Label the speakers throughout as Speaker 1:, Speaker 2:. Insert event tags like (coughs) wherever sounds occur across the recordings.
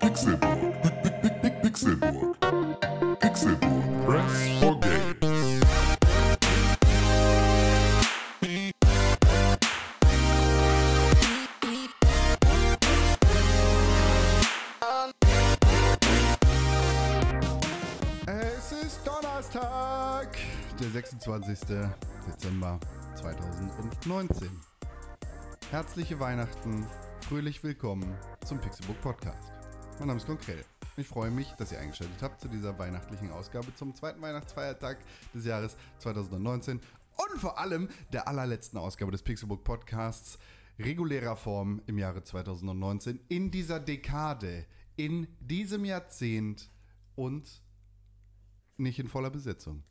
Speaker 1: Pixelburg. Pixelburg. Pixelburg. Press for Games.
Speaker 2: Es ist Donnerstag, der 26. Dezember 2019. Herzliche Weihnachten, fröhlich willkommen zum Pixelbook Podcast. Mein Name ist Konkrell. Ich freue mich, dass ihr eingeschaltet habt zu dieser weihnachtlichen Ausgabe zum zweiten Weihnachtsfeiertag des Jahres 2019 und vor allem der allerletzten Ausgabe des Pixelbook Podcasts regulärer Form im Jahre 2019 in dieser Dekade, in diesem Jahrzehnt und nicht in voller Besetzung.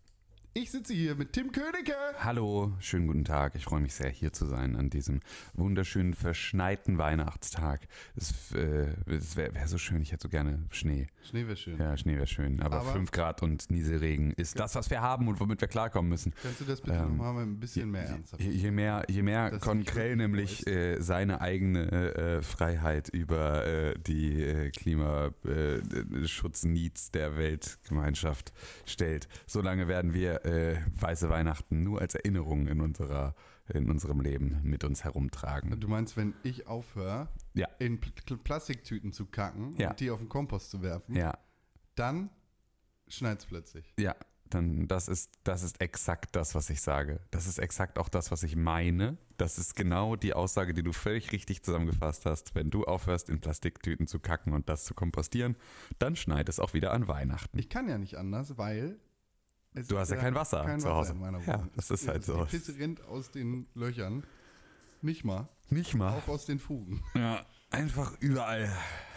Speaker 2: Ich sitze hier mit Tim Königke.
Speaker 3: Hallo, schönen guten Tag. Ich freue mich sehr, hier zu sein an diesem wunderschönen, verschneiten Weihnachtstag. Es, äh, es wäre wär so schön, ich hätte so gerne Schnee.
Speaker 2: Schnee wäre schön.
Speaker 3: Ja, Schnee wäre schön, aber
Speaker 2: Aber-
Speaker 3: 5 Grad und Nieselregen ist das, was wir haben und womit wir klarkommen müssen.
Speaker 2: Kannst du das bitte
Speaker 3: Ähm,
Speaker 2: nochmal ein bisschen mehr ernsthaft?
Speaker 3: Je, je mehr, je mehr
Speaker 2: Dass
Speaker 3: Konkrell
Speaker 2: du
Speaker 3: nämlich
Speaker 2: nicht
Speaker 3: äh, seine eigene äh, Freiheit über äh, die äh, Klimaschutzneeds der Weltgemeinschaft stellt, solange werden wir äh, weiße Weihnachten nur als Erinnerung in unserer in unserem Leben mit uns herumtragen.
Speaker 2: Du meinst, wenn ich aufhöre,
Speaker 3: Ja.
Speaker 2: in Pl Pl- Plastiktüten zu kacken
Speaker 3: Ja.
Speaker 2: und die auf den Kompost zu werfen,
Speaker 3: Ja,
Speaker 2: dann schneit's plötzlich.
Speaker 3: ja. Dann das ist das ist exakt das, was ich sage. Das ist exakt auch das, was ich meine. Das ist genau die Aussage, die du völlig richtig zusammengefasst hast. Wenn du aufhörst, in Plastiktüten zu kacken und das zu kompostieren, dann schneit es auch wieder an Weihnachten.
Speaker 2: Ich kann ja nicht anders, weil es
Speaker 3: Du hast ja kein Wasser
Speaker 2: kein
Speaker 3: zu
Speaker 2: Wasser
Speaker 3: Hause.
Speaker 2: in meiner
Speaker 3: Ja,
Speaker 2: Wohnung.
Speaker 3: das ist halt so.
Speaker 2: Die Pisse rennt aus den Löchern. Nicht mal,
Speaker 3: Nicht mal.
Speaker 2: auch aus den Fugen.
Speaker 3: Ja, einfach überall.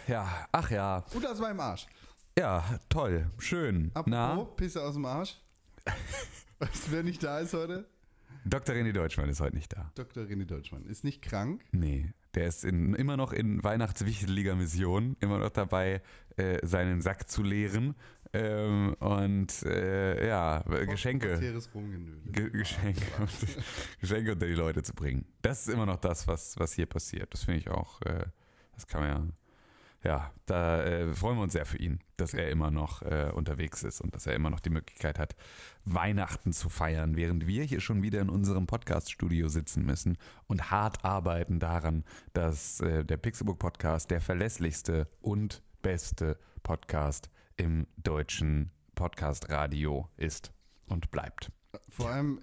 Speaker 3: Ja, ach ja.
Speaker 2: Und aus meinem Arsch.
Speaker 3: Ja, toll, schön.
Speaker 2: Apropos, Pisse aus dem Arsch. (laughs) Weißt du, Wer nicht da ist heute?
Speaker 3: Na, Dr. René Deutschmann ist heute nicht da.
Speaker 2: Dr. René Deutschmann. Ist nicht krank.
Speaker 3: Nee, der ist in, immer noch in weihnachtswicheliger Mission, immer noch dabei, äh, seinen Sack zu leeren ähm, und äh, ja,
Speaker 2: Oh,
Speaker 3: Geschenke.
Speaker 2: Teres rumgenölt.
Speaker 3: Ge Geschenke, (laughs) Geschenke unter die Leute zu bringen. Das ist immer noch das, was, was hier passiert. Das finde ich auch, äh, das kann man ja, ja, da äh, freuen wir uns sehr für ihn, dass er immer noch äh, unterwegs ist und dass er immer noch die Möglichkeit hat, Weihnachten zu feiern, während wir hier schon wieder in unserem Podcast-Studio sitzen müssen und hart arbeiten daran, dass äh, der Pixelbook-Podcast der verlässlichste und beste Podcast im deutschen Podcast-Radio ist und bleibt.
Speaker 2: Vor allem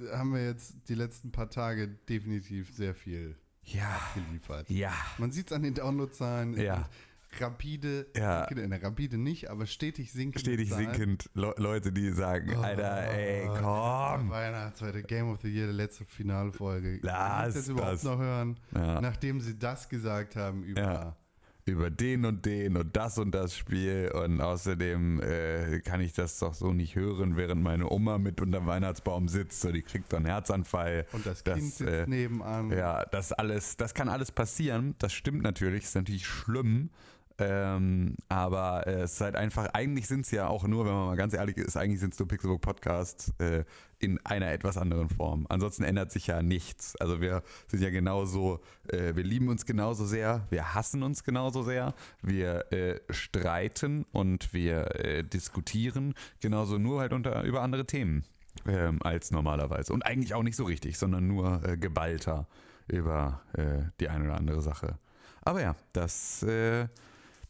Speaker 2: äh, haben wir jetzt die letzten paar Tage definitiv sehr viel
Speaker 3: Ja,
Speaker 2: geliefert.
Speaker 3: ja.
Speaker 2: Man sieht es an den Downloadzahlen. es
Speaker 3: Ja.
Speaker 2: sind Rapide,
Speaker 3: Ja.
Speaker 2: sinkende, ne, rapide nicht, aber stetig sinkend.
Speaker 3: Stetig sinkend Le Leute, die sagen, Alter, ey, komm.
Speaker 2: Weihnachtsfeier, Game of the Year, die letzte Finalfolge. Kann ich
Speaker 3: Lass
Speaker 2: das überhaupt
Speaker 3: das.
Speaker 2: noch hören?
Speaker 3: Ja.
Speaker 2: Nachdem sie das gesagt haben über.
Speaker 3: Ja. Über den und den und das und das Spiel. Und außerdem äh, kann ich das doch so nicht hören, während meine Oma mit unterm Weihnachtsbaum sitzt. So, die kriegt doch einen Herzanfall.
Speaker 2: Und das Kind sitzt
Speaker 3: äh,
Speaker 2: nebenan.
Speaker 3: Ja, das alles, das kann alles passieren. Das stimmt natürlich, ist natürlich schlimm. Ähm, aber äh, es ist halt einfach, eigentlich sind es ja auch nur, wenn man mal ganz ehrlich ist, eigentlich sind es nur Pixelbook Podcasts äh, in einer etwas anderen Form. Ansonsten ändert sich ja nichts. Also wir sind ja genauso, äh, wir lieben uns genauso sehr, wir hassen uns genauso sehr, wir äh, streiten und wir äh, diskutieren genauso nur halt unter, über andere Themen ähm, als normalerweise. Und eigentlich auch nicht so richtig, sondern nur äh, geballter über äh, die eine oder andere Sache. Aber ja, das, äh,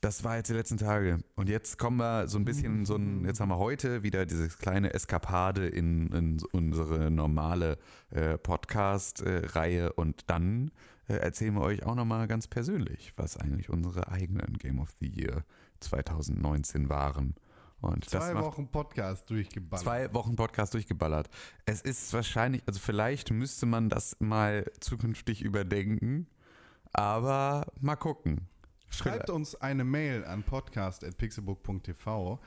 Speaker 3: das war jetzt die letzten Tage. Und jetzt kommen wir so ein bisschen, in so ein, jetzt haben wir heute wieder diese kleine Eskapade in, in unsere normale äh, Podcast-Reihe. Und dann äh, erzählen wir euch auch nochmal ganz persönlich, was eigentlich unsere eigenen Game of the Year 2019 waren. Und das
Speaker 2: Zwei
Speaker 3: macht
Speaker 2: Wochen Podcast durchgeballert.
Speaker 3: Zwei Wochen Podcast durchgeballert. Es ist wahrscheinlich, also vielleicht müsste man das mal zukünftig überdenken, aber mal gucken.
Speaker 2: Schreibt uns eine Mail an podcast.pixelbook.tv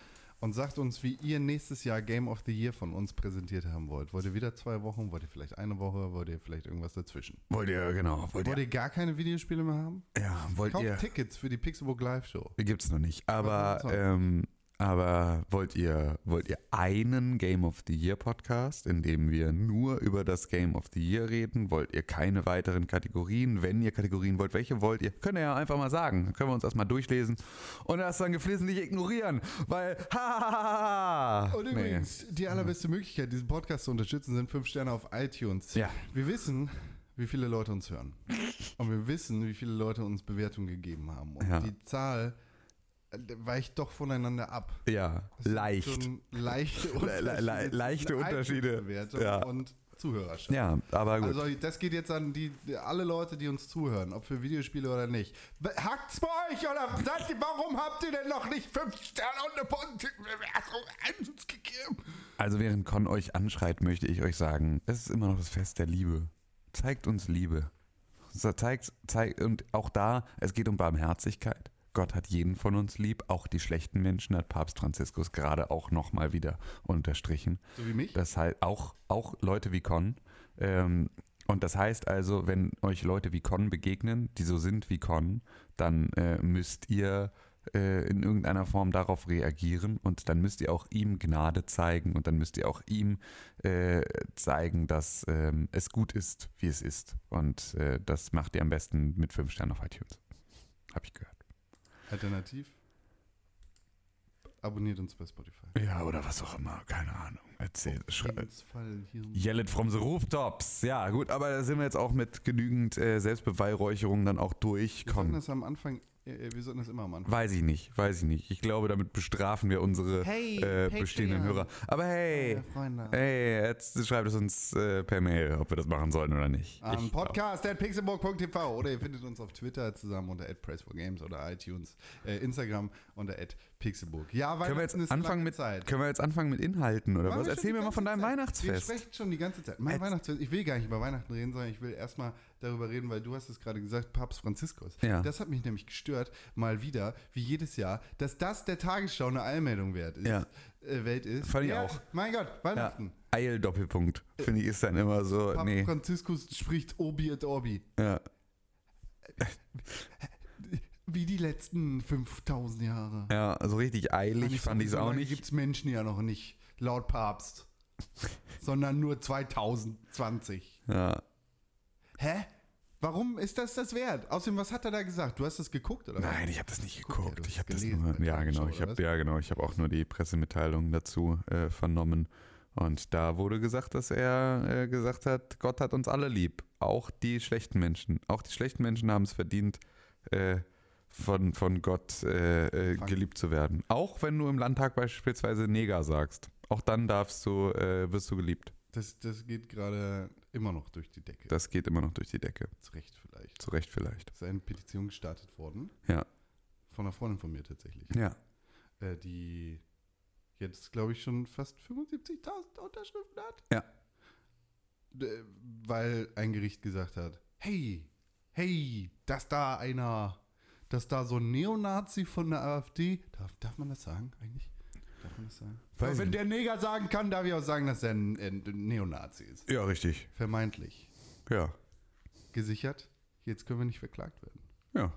Speaker 2: und sagt uns, wie ihr nächstes Jahr Game of the Year von uns präsentiert haben wollt. Wollt ihr wieder zwei Wochen? Wollt ihr vielleicht eine Woche? Wollt ihr vielleicht irgendwas dazwischen?
Speaker 3: Wollt ihr, genau, wollt
Speaker 2: Wollt
Speaker 3: ihr,
Speaker 2: ihr gar keine Videospiele mehr haben?
Speaker 3: ja, wollt
Speaker 2: Kauft
Speaker 3: ihr,
Speaker 2: Tickets für die Pixelbook Live Show.
Speaker 3: gibt's noch nicht,
Speaker 2: Was
Speaker 3: aber
Speaker 2: soll's
Speaker 3: ähm, Aber wollt ihr, wollt ihr einen Game of the Year Podcast, in dem wir nur über das Game of the Year reden? Wollt ihr keine weiteren Kategorien? Wenn ihr Kategorien wollt, welche wollt ihr? Könnt ihr ja einfach mal sagen. Dann können wir uns erstmal durchlesen und das dann geflissentlich ignorieren, weil (laughs) ha
Speaker 2: Und übrigens, die allerbeste Möglichkeit, diesen Podcast zu unterstützen, sind 5 Sterne auf iTunes.
Speaker 3: Ja.
Speaker 2: Wir wissen, wie viele Leute uns hören.
Speaker 3: (laughs)
Speaker 2: Und wir wissen, wie viele Leute uns Bewertungen gegeben haben. Und
Speaker 3: Ja.
Speaker 2: die Zahl äh, weicht doch voneinander ab.
Speaker 3: Nee. Ja,
Speaker 2: Es sind
Speaker 3: leicht.
Speaker 2: schon Leichte
Speaker 3: (laughs) Le- le-
Speaker 2: Unterschiede.
Speaker 3: le- leichte
Speaker 2: zwischen
Speaker 3: Unterschiede.
Speaker 2: iTunes-Bewertung
Speaker 3: Ja.
Speaker 2: Und Zuhörerschaft.
Speaker 3: Ja, aber gut.
Speaker 2: Also das geht jetzt an die, alle Leute, die uns zuhören, ob für Videospiele oder nicht. Be- Hackt's bei euch oder sagt ihr, warum habt ihr denn noch nicht fünf Sterne und eine positive Bewertung an uns gegeben?
Speaker 3: Also während Con euch anschreit, möchte ich euch sagen, es ist immer noch das Fest der Liebe. Zeigt uns Liebe. So, Zeigt, zeigt, und auch da, es geht um Barmherzigkeit. Gott hat jeden von uns lieb, auch die schlechten Menschen hat Papst Franziskus gerade auch nochmal wieder unterstrichen.
Speaker 2: So wie mich?
Speaker 3: Das heißt, auch, auch Leute wie Con. Ähm, und das heißt also, wenn euch Leute wie Con begegnen, die so sind wie Con, dann äh, müsst ihr äh, in irgendeiner Form darauf reagieren und dann müsst ihr auch ihm Gnade zeigen und dann müsst ihr auch ihm äh, zeigen, dass ähm, es gut ist, wie es ist. Und äh, das macht ihr am besten mit 5 Sternen auf iTunes. Hab ich gehört.
Speaker 2: Alternativ, abonniert uns bei Spotify.
Speaker 3: Ja, oder was auch immer, keine Ahnung. Erzähl, schrei-
Speaker 2: Fall hier.
Speaker 3: Yell it from the rooftops. Ja, gut, aber da sind wir jetzt auch mit genügend äh, Selbstbeweihräucherung dann auch durch.
Speaker 2: Wir sollten
Speaker 3: Komm.
Speaker 2: das am Anfang, äh, wir sollten das immer am Anfang.
Speaker 3: Weiß ich nicht, weiß ich nicht. Ich glaube, damit bestrafen wir unsere
Speaker 2: Hey,
Speaker 3: äh,
Speaker 2: Patreon.
Speaker 3: bestehenden Hörer. Aber hey,
Speaker 2: Meine Freunde.
Speaker 3: hey, jetzt schreibt es uns äh, per Mail, ob wir das machen sollen oder nicht.
Speaker 2: Am
Speaker 3: Ich glaub-
Speaker 2: Podcast at pixelburg.tv oder ihr findet uns auf Twitter zusammen unter @press4games oder iTunes, äh, Instagram unter @pixelburg. Ja, weil
Speaker 3: Können wir, jetzt anfangen mit, können wir jetzt anfangen mit Inhalten oder was? Erzähl mir mal von deinem
Speaker 2: Wir
Speaker 3: Weihnachtsfest.
Speaker 2: sprechen schon die ganze Zeit. Mein
Speaker 3: Jetzt-
Speaker 2: Weihnachtsfest, ich will gar nicht über Weihnachten reden, sondern ich will erstmal darüber reden, weil du hast es gerade gesagt, Papst Franziskus.
Speaker 3: Ja.
Speaker 2: Das hat mich nämlich gestört, mal wieder, wie jedes Jahr, dass das der Tagesschau eine Allmeldung wert ist.
Speaker 3: Ja.
Speaker 2: Äh, Welt ist.
Speaker 3: Fand ich
Speaker 2: Ja,
Speaker 3: auch.
Speaker 2: Mein Gott,
Speaker 3: Ja.
Speaker 2: Weihnachten.
Speaker 3: Eil-Doppelpunkt, finde ich, ist dann immer so,
Speaker 2: Papst
Speaker 3: nee.
Speaker 2: Franziskus spricht Obi et Orbi.
Speaker 3: Ja.
Speaker 2: Wie die letzten 5000 Jahre.
Speaker 3: ja, ah, so richtig eilig fand ich es auch nicht.
Speaker 2: Gibt es Menschen ja noch nicht,
Speaker 3: (laughs)
Speaker 2: laut Papst. sondern nur 2020.
Speaker 3: Ja.
Speaker 2: Hä? Warum ist das das wert? Außerdem, was hat er da gesagt? Du hast das geguckt, oder? was?
Speaker 3: Nein, ich habe das nicht
Speaker 2: Guck, ja,
Speaker 3: geguckt. ich
Speaker 2: du hast
Speaker 3: habe das
Speaker 2: gelesen
Speaker 3: nur,
Speaker 2: bei
Speaker 3: ja,
Speaker 2: Tagesschau,
Speaker 3: genau, ich
Speaker 2: oder was?
Speaker 3: habe ja, genau, ich habe auch nur die Pressemitteilung dazu äh, vernommen und da wurde gesagt, dass er äh, gesagt hat, Gott hat uns alle lieb, auch die schlechten Menschen. Auch die schlechten Menschen haben es verdient äh, von, von Gott äh, äh,
Speaker 2: Empfangen.
Speaker 3: geliebt zu werden. Auch wenn du im Landtag beispielsweise Neger sagst, auch dann darfst du äh, wirst du geliebt.
Speaker 2: Das, das geht gerade immer noch durch die Decke.
Speaker 3: Das geht immer noch durch die Decke,
Speaker 2: Zu Recht vielleicht.
Speaker 3: zu Recht vielleicht.
Speaker 2: Es ist eine Petition gestartet worden.
Speaker 3: Ja.
Speaker 2: Von einer Freundin von mir tatsächlich.
Speaker 3: Ja.
Speaker 2: Äh, die jetzt, glaube ich, schon fast 75.000 Unterschriften hat.
Speaker 3: Ja.
Speaker 2: D- Weil ein Gericht gesagt hat, hey, hey, dass da einer, dass da so ein Neonazi von der AfD, darf, darf man das sagen eigentlich? Darf man das sagen?
Speaker 3: Weiß
Speaker 2: Aber
Speaker 3: ich
Speaker 2: wenn
Speaker 3: nicht.
Speaker 2: der Neger sagen kann, darf ich auch sagen, dass er ein, ein Neonazi ist.
Speaker 3: Ja, richtig.
Speaker 2: Vermeintlich.
Speaker 3: Ja.
Speaker 2: Gesichert, jetzt können wir nicht verklagt werden
Speaker 3: Ja.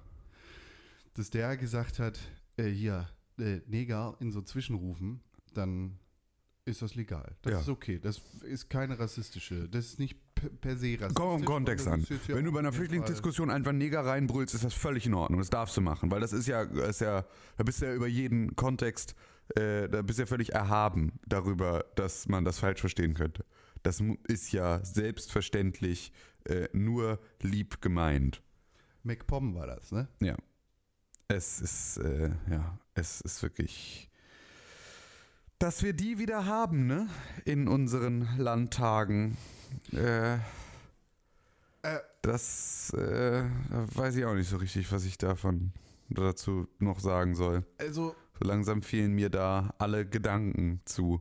Speaker 2: dass der gesagt hat, äh, hier, äh, Neger in so Zwischenrufen, dann ist das legal. Das
Speaker 3: Ja.
Speaker 2: ist okay. Das ist keine rassistische, das ist nicht p- per se rassistisch.
Speaker 3: Komm im Kontext an.
Speaker 2: sondern das ist jetzt ja
Speaker 3: Wenn du bei einer
Speaker 2: auf jeden Fall-
Speaker 3: Flüchtlingsdiskussion einfach Neger reinbrüllst, ist das völlig in Ordnung. Das darfst du machen, weil das ist ja, ist ja da bist du ja über jeden Kontext, äh, da bist du ja völlig erhaben darüber, dass man das falsch verstehen könnte. Das mu- ist ja selbstverständlich äh, nur lieb gemeint.
Speaker 2: McPom war das, ne?
Speaker 3: Ja. Es ist, äh, ja, es ist wirklich. Dass wir die wieder haben, ne? In unseren Landtagen. Äh, das äh, weiß ich auch nicht so richtig, was ich davon dazu noch sagen soll.
Speaker 2: Also,
Speaker 3: So langsam fehlen mir da alle Gedanken zu.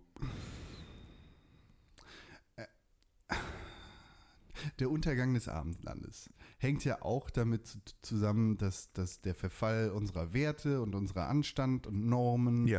Speaker 2: der Untergang des Abendlandes hängt ja auch damit zu- zusammen, dass, dass der Verfall unserer Werte und unserer Anstand und Normen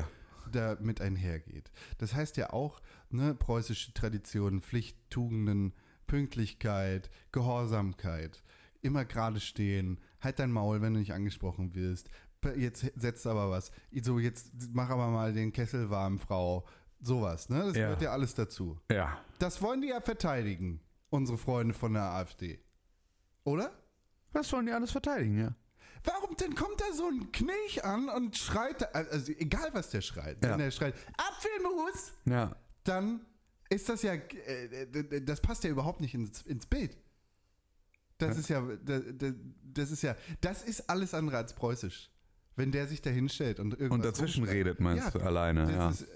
Speaker 2: damit einhergeht. Das heißt ja auch, ne, preußische Traditionen, Pflicht, Tugenden, Pünktlichkeit, Gehorsamkeit, immer gerade stehen, halt dein Maul, wenn du nicht angesprochen wirst, jetzt setzt aber was. So, jetzt mach aber mal den Kessel warm, Frau. Sowas, ne? Das
Speaker 3: Ja.
Speaker 2: gehört ja alles dazu.
Speaker 3: Ja.
Speaker 2: Das wollen die ja verteidigen, unsere Freunde von der AfD. Oder?
Speaker 3: Das wollen die alles verteidigen, ja.
Speaker 2: Warum denn kommt da so ein Knilch an und schreit, da- also egal was der schreit,
Speaker 3: Ja.
Speaker 2: wenn der schreit, Apfelmus,
Speaker 3: Ja.
Speaker 2: dann ist das ja, äh, äh, das passt ja überhaupt nicht ins, ins Bild. Das ist ja, da- da- das ist ja, das ist alles andere als preußisch. Wenn der sich da hinstellt und irgendwas
Speaker 3: Und dazwischen
Speaker 2: rumschreit.
Speaker 3: redet, meinst
Speaker 2: Ja,
Speaker 3: du, alleine,
Speaker 2: das
Speaker 3: ja.
Speaker 2: ist-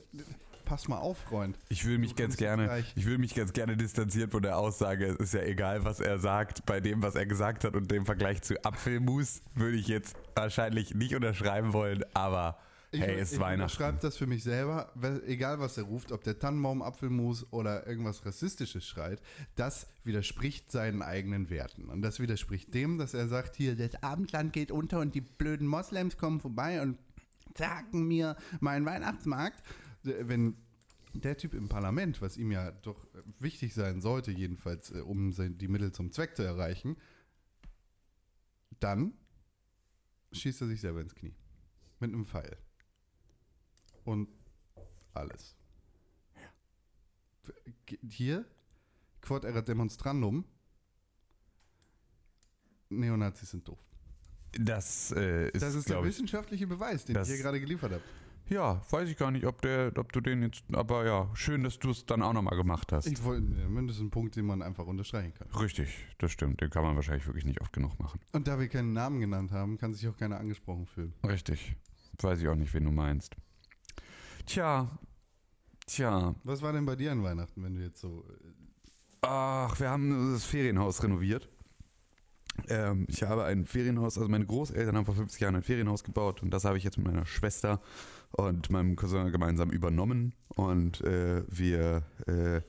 Speaker 2: pass mal auf, Freund.
Speaker 3: Ich würde mich
Speaker 2: Du
Speaker 3: ganz
Speaker 2: kommst jetzt
Speaker 3: gerne,
Speaker 2: gleich.
Speaker 3: ich würde mich ganz gerne distanzieren von der Aussage, es ist ja egal, was er sagt, bei dem, was er gesagt hat und dem Vergleich zu Apfelmus würde ich jetzt wahrscheinlich nicht unterschreiben wollen, aber hey, es ist Weihnachten.
Speaker 2: schreibe das für mich selber, weil- egal was er ruft, ob der Tannenbaum, Apfelmus oder irgendwas Rassistisches schreit, das widerspricht seinen eigenen Werten. Und das widerspricht dem, dass er sagt, hier, das Abendland geht unter und die blöden Moslems kommen vorbei und sagen mir meinen Weihnachtsmarkt. Äh, Wenn der Typ im Parlament, was ihm ja doch wichtig sein sollte, jedenfalls, äh, um sein- die Mittel zum Zweck zu erreichen, dann schießt er sich selber ins Knie. Mit einem Pfeil und alles. G- Hier, Quod erat demonstrandum. Neonazis sind doof.
Speaker 3: Das äh, ist,
Speaker 2: Das ist der
Speaker 3: glaube ich,
Speaker 2: wissenschaftliche Beweis, den
Speaker 3: das-
Speaker 2: ich hier gerade geliefert habe.
Speaker 3: ja, weiß ich gar nicht, ob der, ob du den jetzt, aber ja, schön, dass du es dann auch nochmal gemacht hast.
Speaker 2: Ich wollte, das ist ein Punkt, den man einfach unterstreichen kann.
Speaker 3: Richtig, das stimmt, den kann man wahrscheinlich wirklich nicht oft genug machen.
Speaker 2: Und da wir keinen Namen genannt haben, kann sich auch keiner angesprochen fühlen.
Speaker 3: Richtig, weiß ich auch nicht, wen du meinst. Tja, tja,
Speaker 2: Was war denn bei dir an Weihnachten, wenn du
Speaker 3: (laughs)
Speaker 2: jetzt so.
Speaker 3: Ach, wir haben das Ferienhaus renoviert. Ähm, ich habe ein Ferienhaus, also meine Großeltern haben vor 50 Jahren ein Ferienhaus gebaut und das habe ich jetzt mit meiner Schwester und meinem Cousin gemeinsam übernommen und äh, wir, äh,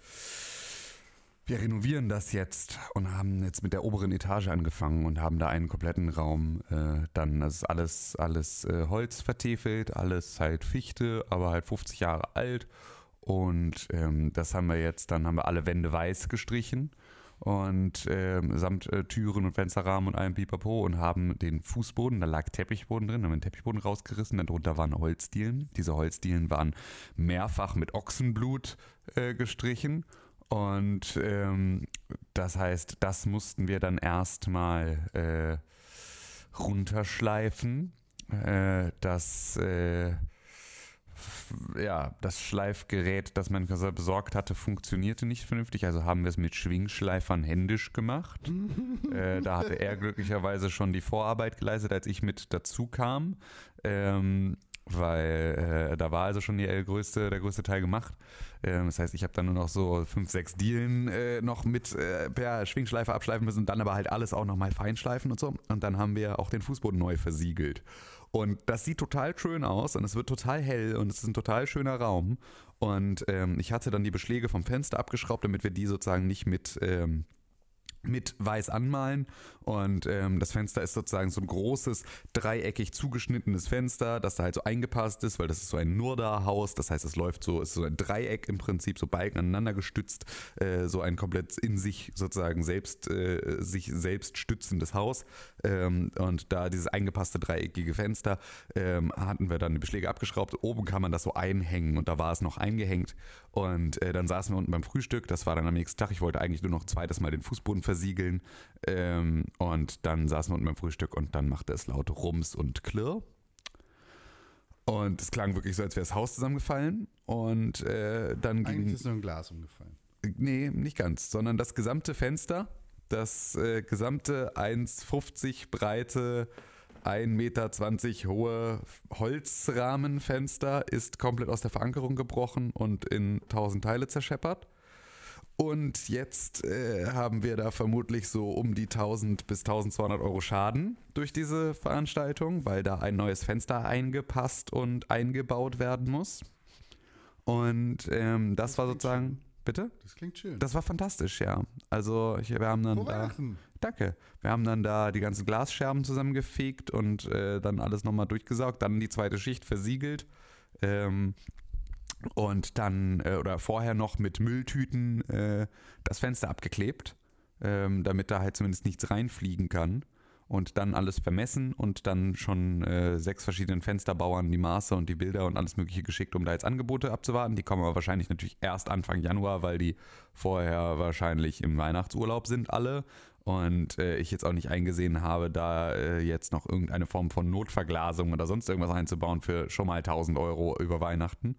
Speaker 3: wir renovieren das jetzt und haben jetzt mit der oberen Etage angefangen und haben da einen kompletten Raum äh, dann, das ist alles, alles äh, Holz vertefelt, alles halt Fichte, aber halt 50 Jahre alt und ähm, das haben wir jetzt, dann haben wir alle Wände weiß gestrichen und ähm, samt äh, Türen und Fensterrahmen und allem Pipapo und haben den Fußboden, da lag Teppichboden drin, haben den Teppichboden rausgerissen, darunter waren Holzdielen. Diese Holzdielen waren mehrfach mit Ochsenblut äh, gestrichen und ähm, das heißt, das mussten wir dann erstmal äh, runterschleifen. Äh, das äh, ja, das Schleifgerät, das mein Cousin besorgt hatte, funktionierte nicht vernünftig. Also haben wir es mit Schwingschleifern händisch gemacht. äh, da hatte er glücklicherweise schon die Vorarbeit geleistet, als ich mit dazu kam. Ähm, weil äh, da war also schon die, äh, größte, der größte Teil gemacht. Ähm, das heißt, ich habe dann nur noch so fünf, sechs Dielen äh, noch mit äh, per Schwingschleifer abschleifen müssen und dann aber halt alles auch nochmal feinschleifen und so. Und dann haben wir auch den Fußboden neu versiegelt. Und das sieht total schön aus und es wird total hell und es ist ein total schöner Raum. Und ähm, ich hatte dann die Beschläge vom Fenster abgeschraubt, damit wir die sozusagen nicht mit, ähm, mit weiß anmalen. Und ähm, das Fenster ist sozusagen so ein großes, dreieckig zugeschnittenes Fenster, das da halt so eingepasst ist, weil das ist so ein Nurda-Haus. Das heißt, es läuft so, es ist so ein Dreieck im Prinzip, so Balken aneinander gestützt, äh, so ein komplett in sich sozusagen selbst, äh, sich selbst stützendes Haus. Ähm, und da dieses eingepasste dreieckige Fenster ähm, hatten wir dann die Beschläge abgeschraubt. Oben kann man das so einhängen und da war es noch eingehängt. Und äh, dann saßen wir unten beim Frühstück. Das war dann am nächsten Tag. Ich wollte eigentlich nur noch zweites Mal den Fußboden versiegeln. Ähm, und dann saßen wir unten beim Frühstück und dann machte es laut Rums und Klirr. Und es klang wirklich so, als wäre das Haus zusammengefallen. Und äh, dann ging.
Speaker 2: Eigentlich ist nur ein Glas umgefallen.
Speaker 3: Nee, nicht ganz, sondern das gesamte Fenster, das äh, gesamte 1,50 breite, 1,20 Meter hohe Holzrahmenfenster ist komplett aus der Verankerung gebrochen und in tausend Teile zerscheppert. Und jetzt äh, haben wir da vermutlich so um die 1000 bis 1200 Euro Schaden durch diese Veranstaltung, weil da ein neues Fenster eingepasst und eingebaut werden muss. Und ähm, das, war
Speaker 2: klingt
Speaker 3: sozusagen.
Speaker 2: schön.
Speaker 3: Bitte?
Speaker 2: Das klingt schön.
Speaker 3: Das war fantastisch, ja. Also ich, wir haben dann
Speaker 2: Frohe
Speaker 3: da,
Speaker 2: Weihnachten.
Speaker 3: danke, wir haben dann da die ganzen Glasscherben zusammengefegt und äh, dann alles nochmal durchgesaugt, dann die zweite Schicht versiegelt ähm, und dann äh, oder vorher noch mit Mülltüten äh, das Fenster abgeklebt, ähm, damit da halt zumindest nichts reinfliegen kann. und dann alles vermessen und dann schon äh, sechs verschiedenen Fensterbauern die Maße und die Bilder und alles Mögliche geschickt, um da jetzt Angebote abzuwarten. Die kommen aber wahrscheinlich natürlich erst Anfang Januar, weil die vorher wahrscheinlich im Weihnachtsurlaub sind alle und äh, ich jetzt auch nicht eingesehen habe, da äh, jetzt noch irgendeine Form von Notverglasung oder sonst irgendwas einzubauen für schon mal 1000 Euro über Weihnachten.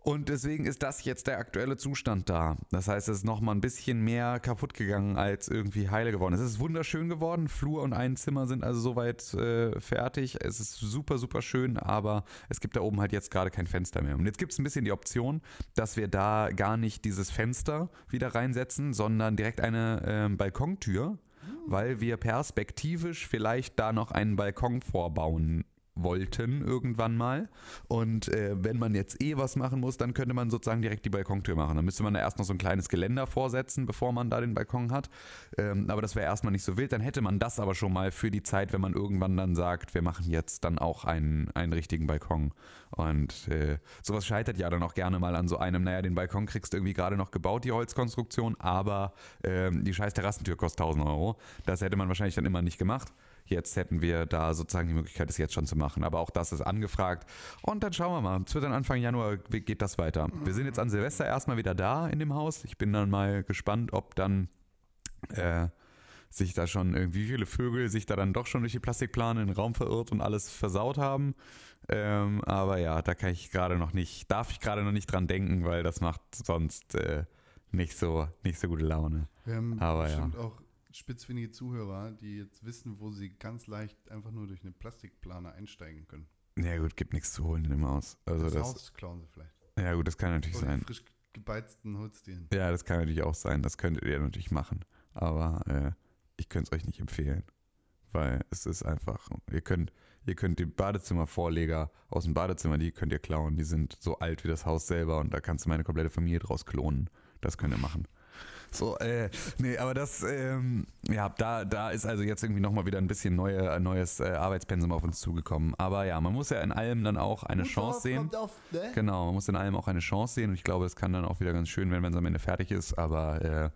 Speaker 3: Und deswegen ist das jetzt der aktuelle Zustand da. Das heißt, es ist nochmal ein bisschen mehr kaputt gegangen als irgendwie heile geworden. Es ist wunderschön geworden. Flur und ein Zimmer sind also soweit äh, fertig. Es ist super, super schön, aber es gibt da oben halt jetzt gerade kein Fenster mehr. Und jetzt gibt es ein bisschen die Option, dass wir da gar nicht dieses Fenster wieder reinsetzen, sondern direkt eine ähm, Balkontür, weil wir perspektivisch vielleicht da noch einen Balkon vorbauen wollten irgendwann mal. Und äh, wenn man jetzt eh was machen muss, dann könnte man sozusagen direkt die Balkontür machen. Dann müsste man da erst noch so ein kleines Geländer vorsetzen, bevor man da den Balkon hat. Ähm, aber das wäre erstmal nicht so wild. Dann hätte man das aber schon mal für die Zeit, wenn man irgendwann dann sagt, wir machen jetzt dann auch einen, einen richtigen Balkon. Und äh, sowas scheitert ja dann auch gerne mal an so einem, naja, den Balkon kriegst du irgendwie gerade noch gebaut, die Holzkonstruktion, aber ähm, die scheiß Terrassentür kostet 1000 Euro. Das hätte man wahrscheinlich dann immer nicht gemacht. Jetzt hätten wir da sozusagen die Möglichkeit, es jetzt schon zu machen. Aber auch das ist angefragt. Und dann schauen wir mal. Es wird dann Anfang Januar, wie geht das weiter? Wir sind jetzt an Silvester erstmal wieder da in dem Haus. Ich bin dann mal gespannt, ob dann äh, sich da schon irgendwie wie viele Vögel sich da dann doch schon durch die Plastikplane in den Raum verirrt und alles versaut haben. Ähm, aber ja, da kann ich gerade noch nicht, darf ich gerade noch nicht dran denken, weil das macht sonst äh, nicht so nicht so gute Laune.
Speaker 2: Wir haben
Speaker 3: Aber
Speaker 2: bestimmt auch spitzfindige Zuhörer, die jetzt wissen, wo sie ganz leicht einfach nur durch eine Plastikplane einsteigen können.
Speaker 3: Ja gut, gibt nichts zu holen in dem Haus. Also
Speaker 2: das,
Speaker 3: das,
Speaker 2: Haus klauen sie vielleicht.
Speaker 3: ja gut, das kann natürlich
Speaker 2: Oder
Speaker 3: sein.
Speaker 2: die frisch gebeizten Holzdielen.
Speaker 3: Ja, das kann natürlich auch sein. Das könntet ihr natürlich machen. Aber äh, ich könnte es euch nicht empfehlen. Weil es ist einfach, ihr könnt, ihr könnt die Badezimmervorleger aus dem Badezimmer, die könnt ihr klauen. Die sind so alt wie das Haus selber und da kannst du meine komplette Familie draus klonen. Das könnt ihr machen. So, äh, nee, aber das, ähm, ja, da, da ist also jetzt irgendwie nochmal wieder ein bisschen neue, ein neues äh, Arbeitspensum auf uns zugekommen. Aber ja, man muss ja in allem dann auch eine Chance sehen.
Speaker 2: Auf, ne?
Speaker 3: Genau, man muss in allem auch eine Chance sehen und ich glaube, das kann dann auch wieder ganz schön, wenn man es am Ende fertig ist, aber äh,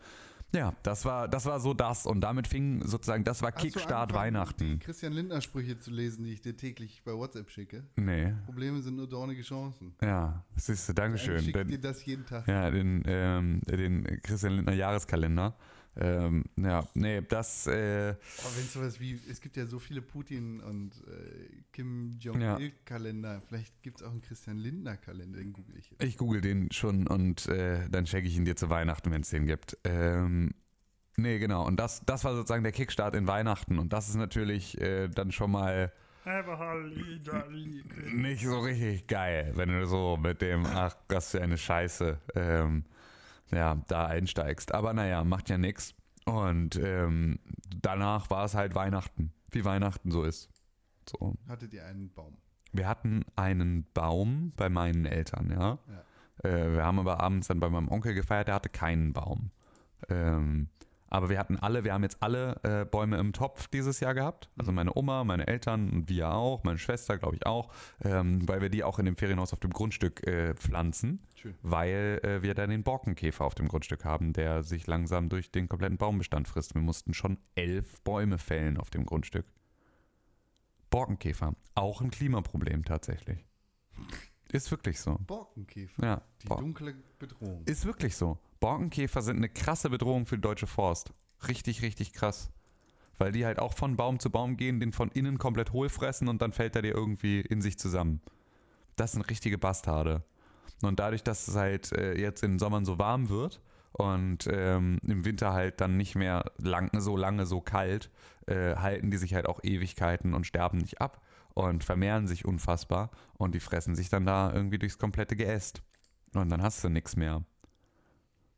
Speaker 3: ja, das war, das war so das und damit fing sozusagen, das war
Speaker 2: Hast du
Speaker 3: Kickstart
Speaker 2: angefangen, die
Speaker 3: Weihnachten.
Speaker 2: Christian Lindner Sprüche zu lesen, die ich dir täglich bei WhatsApp schicke.
Speaker 3: Nee,
Speaker 2: Probleme sind nur dornige Chancen.
Speaker 3: ja, siehst du,
Speaker 2: Ich
Speaker 3: Dankeschön.
Speaker 2: schicke dir
Speaker 3: Den,
Speaker 2: das jeden Tag.
Speaker 3: ja, den, ähm, den Christian Lindner Jahreskalender. Ähm, ja, nee, das, äh,
Speaker 2: Aber wenn sowas wie, es gibt ja so viele Putin- und äh, Kim Jong-il-Kalender, vielleicht gibt es auch einen Christian Lindner-Kalender, den google ich jetzt.
Speaker 3: ich google den schon und äh, dann schicke ich ihn dir zu Weihnachten, wenn es den gibt. Ähm, nee, genau, und das, das war sozusagen der Kickstart in Weihnachten und das ist natürlich äh, dann schon mal nicht so richtig geil, wenn du so mit dem, ach, was für eine Scheiße, ähm, ja, da einsteigst. Aber naja, macht ja nichts. Und ähm, danach war es halt Weihnachten, wie Weihnachten so ist. So.
Speaker 2: Hattet ihr einen Baum?
Speaker 3: Wir hatten einen Baum bei meinen Eltern, ja. Äh, wir haben aber abends dann bei meinem Onkel gefeiert, der hatte keinen Baum. Ähm, aber wir hatten alle, wir haben jetzt alle äh, Bäume im Topf dieses Jahr gehabt. Also meine Oma, meine Eltern und wir auch, meine Schwester, glaube ich, auch, ähm, weil wir die auch in dem Ferienhaus auf dem Grundstück äh, pflanzen,
Speaker 2: Schön.
Speaker 3: weil äh, wir dann den Borkenkäfer auf dem Grundstück haben, der sich langsam durch den kompletten Baumbestand frisst. Wir mussten schon elf Bäume fällen auf dem Grundstück. Borkenkäfer, auch ein Klimaproblem tatsächlich. Ist wirklich so.
Speaker 2: Borkenkäfer,
Speaker 3: Ja,
Speaker 2: die
Speaker 3: Bor-
Speaker 2: dunkle Bedrohung.
Speaker 3: ist wirklich so. Borkenkäfer sind eine krasse Bedrohung für die deutsche Forst. Richtig, richtig krass. Weil die halt auch von Baum zu Baum gehen, den von innen komplett hohl fressen und dann fällt er dir irgendwie in sich zusammen. Das sind richtige Bastarde. Und dadurch, dass es halt äh, jetzt in den Sommern so warm wird und ähm, im Winter halt dann nicht mehr lang, so lange so kalt, äh, halten die sich halt auch Ewigkeiten und sterben nicht ab und vermehren sich unfassbar und die fressen sich dann da irgendwie durchs komplette Geäst. Und dann hast du nichts mehr.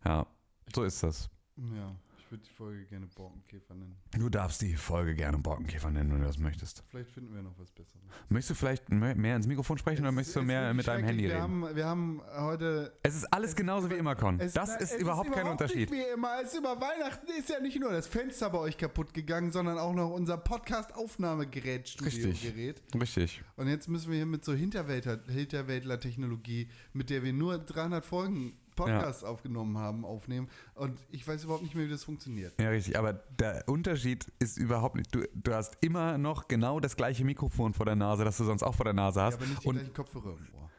Speaker 3: Ja, so ist das.
Speaker 2: Ja, ich würde die Folge gerne Borkenkäfer nennen.
Speaker 3: Du darfst die Folge gerne Borkenkäfer nennen, wenn du das möchtest.
Speaker 2: Vielleicht finden wir noch was Besseres.
Speaker 3: Möchtest du vielleicht me- mehr ins Mikrofon sprechen oder
Speaker 2: Es-
Speaker 3: möchtest du
Speaker 2: es ist
Speaker 3: mehr
Speaker 2: wirklich
Speaker 3: mit deinem Handy
Speaker 2: schrecklich. wir
Speaker 3: reden?
Speaker 2: Haben, wir haben heute...
Speaker 3: Es ist alles genauso wie immer, Con.
Speaker 2: es-
Speaker 3: Das
Speaker 2: na,
Speaker 3: ist
Speaker 2: es
Speaker 3: überhaupt kein
Speaker 2: überhaupt
Speaker 3: Unterschied.
Speaker 2: Nicht wie immer. Es ist über Weihnachten ist ja nicht nur das Fenster bei euch kaputt gegangen, sondern auch noch unser Podcast-Aufnahmegerät, Studiogerät.
Speaker 3: Richtig.
Speaker 2: Und jetzt müssen wir hier mit so Hinterwäldler- Hinterwäldler-Technologie, mit der wir nur 300 Folgen Podcasts aufgenommen haben, aufnehmen. Und ich weiß überhaupt nicht mehr, wie das funktioniert.
Speaker 3: Ja, richtig, aber der Unterschied ist überhaupt nicht. Du, du hast immer noch genau das gleiche Mikrofon vor der Nase, das du sonst auch vor der Nase
Speaker 2: Ja,
Speaker 3: hast.
Speaker 2: aber nicht die
Speaker 3: und,
Speaker 2: gleichen Kopfhörer im Ohr.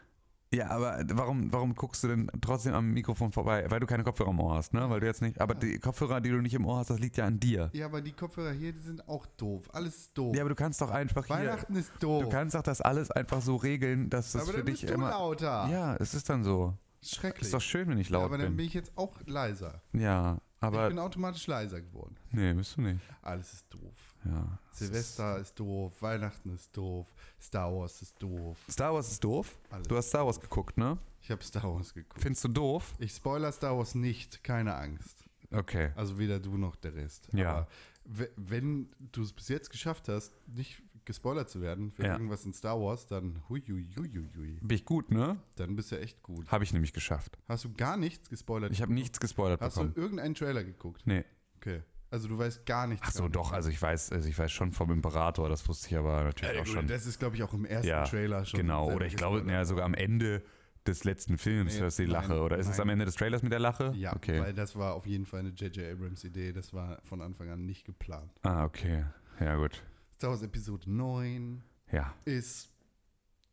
Speaker 3: ja, aber warum, warum guckst du denn trotzdem am Mikrofon vorbei? Weil du keine Kopfhörer im Ohr hast, ne? Weil du jetzt nicht. Aber die Kopfhörer, die du nicht im Ohr hast, das liegt ja an dir.
Speaker 2: Ja, aber die Kopfhörer hier, die sind auch doof. Alles ist doof.
Speaker 3: Ja, aber du kannst doch einfach hier.
Speaker 2: Weihnachten ist doof.
Speaker 3: Du kannst doch das alles einfach so regeln, dass das
Speaker 2: Oh. aber
Speaker 3: für
Speaker 2: dann
Speaker 3: dich
Speaker 2: bist du
Speaker 3: immer.
Speaker 2: lauter.
Speaker 3: Ja, es ist dann so.
Speaker 2: Schrecklich.
Speaker 3: Ist doch schön, wenn ich laut
Speaker 2: ja, aber dann
Speaker 3: bin.
Speaker 2: bin ich jetzt auch leiser.
Speaker 3: Ja,
Speaker 2: ich
Speaker 3: aber.
Speaker 2: bin automatisch leiser geworden.
Speaker 3: Nee, bist du nicht.
Speaker 2: Alles ist doof.
Speaker 3: Ja.
Speaker 2: Silvester ist doof, Weihnachten ist doof, Star Wars ist doof.
Speaker 3: Star Wars ist doof.
Speaker 2: Alles
Speaker 3: Du hast Star Wars geguckt, ne?
Speaker 2: Ich habe Star Wars geguckt.
Speaker 3: Findest du doof?
Speaker 2: Ich spoiler Star Wars nicht, keine Angst.
Speaker 3: Okay.
Speaker 2: Also weder du noch der Rest.
Speaker 3: Ja.
Speaker 2: Aber we- wenn du es bis jetzt geschafft hast, nicht gespoilert zu werden für
Speaker 3: Ja.
Speaker 2: irgendwas in Star Wars, dann huiuiuiui,
Speaker 3: Bin ich gut, ne?
Speaker 2: dann bist du echt gut.
Speaker 3: Habe ich nämlich geschafft.
Speaker 2: Hast du gar nichts gespoilert?
Speaker 3: Ich habe nichts gespoilert
Speaker 2: hast du
Speaker 3: bekommen.
Speaker 2: irgendeinen Trailer geguckt?
Speaker 3: Nee.
Speaker 2: Okay. Also du weißt gar nichts.
Speaker 3: Ach so,
Speaker 2: dran.
Speaker 3: doch. Also ich weiß, also ich weiß schon vom Imperator, das wusste ich aber natürlich
Speaker 2: Ja,
Speaker 3: auch
Speaker 2: gut,
Speaker 3: schon.
Speaker 2: Das ist, glaube ich, auch im ersten
Speaker 3: Ja,
Speaker 2: Trailer schon.
Speaker 3: genau.
Speaker 2: selber
Speaker 3: Oder ich glaube,
Speaker 2: gespoilert.
Speaker 3: ja, sogar am Ende des letzten Films
Speaker 2: Nee,
Speaker 3: hörst du die
Speaker 2: nein,
Speaker 3: Lache. oder ist es
Speaker 2: nein.
Speaker 3: am Ende des Trailers mit der Lache?
Speaker 2: Ja,
Speaker 3: Okay.
Speaker 2: weil das war auf jeden Fall eine J.J. Abrams Idee. Das war von Anfang an nicht geplant.
Speaker 3: Ah, okay. Ja, gut.
Speaker 2: Star Wars Episode 9
Speaker 3: Ja.
Speaker 2: ist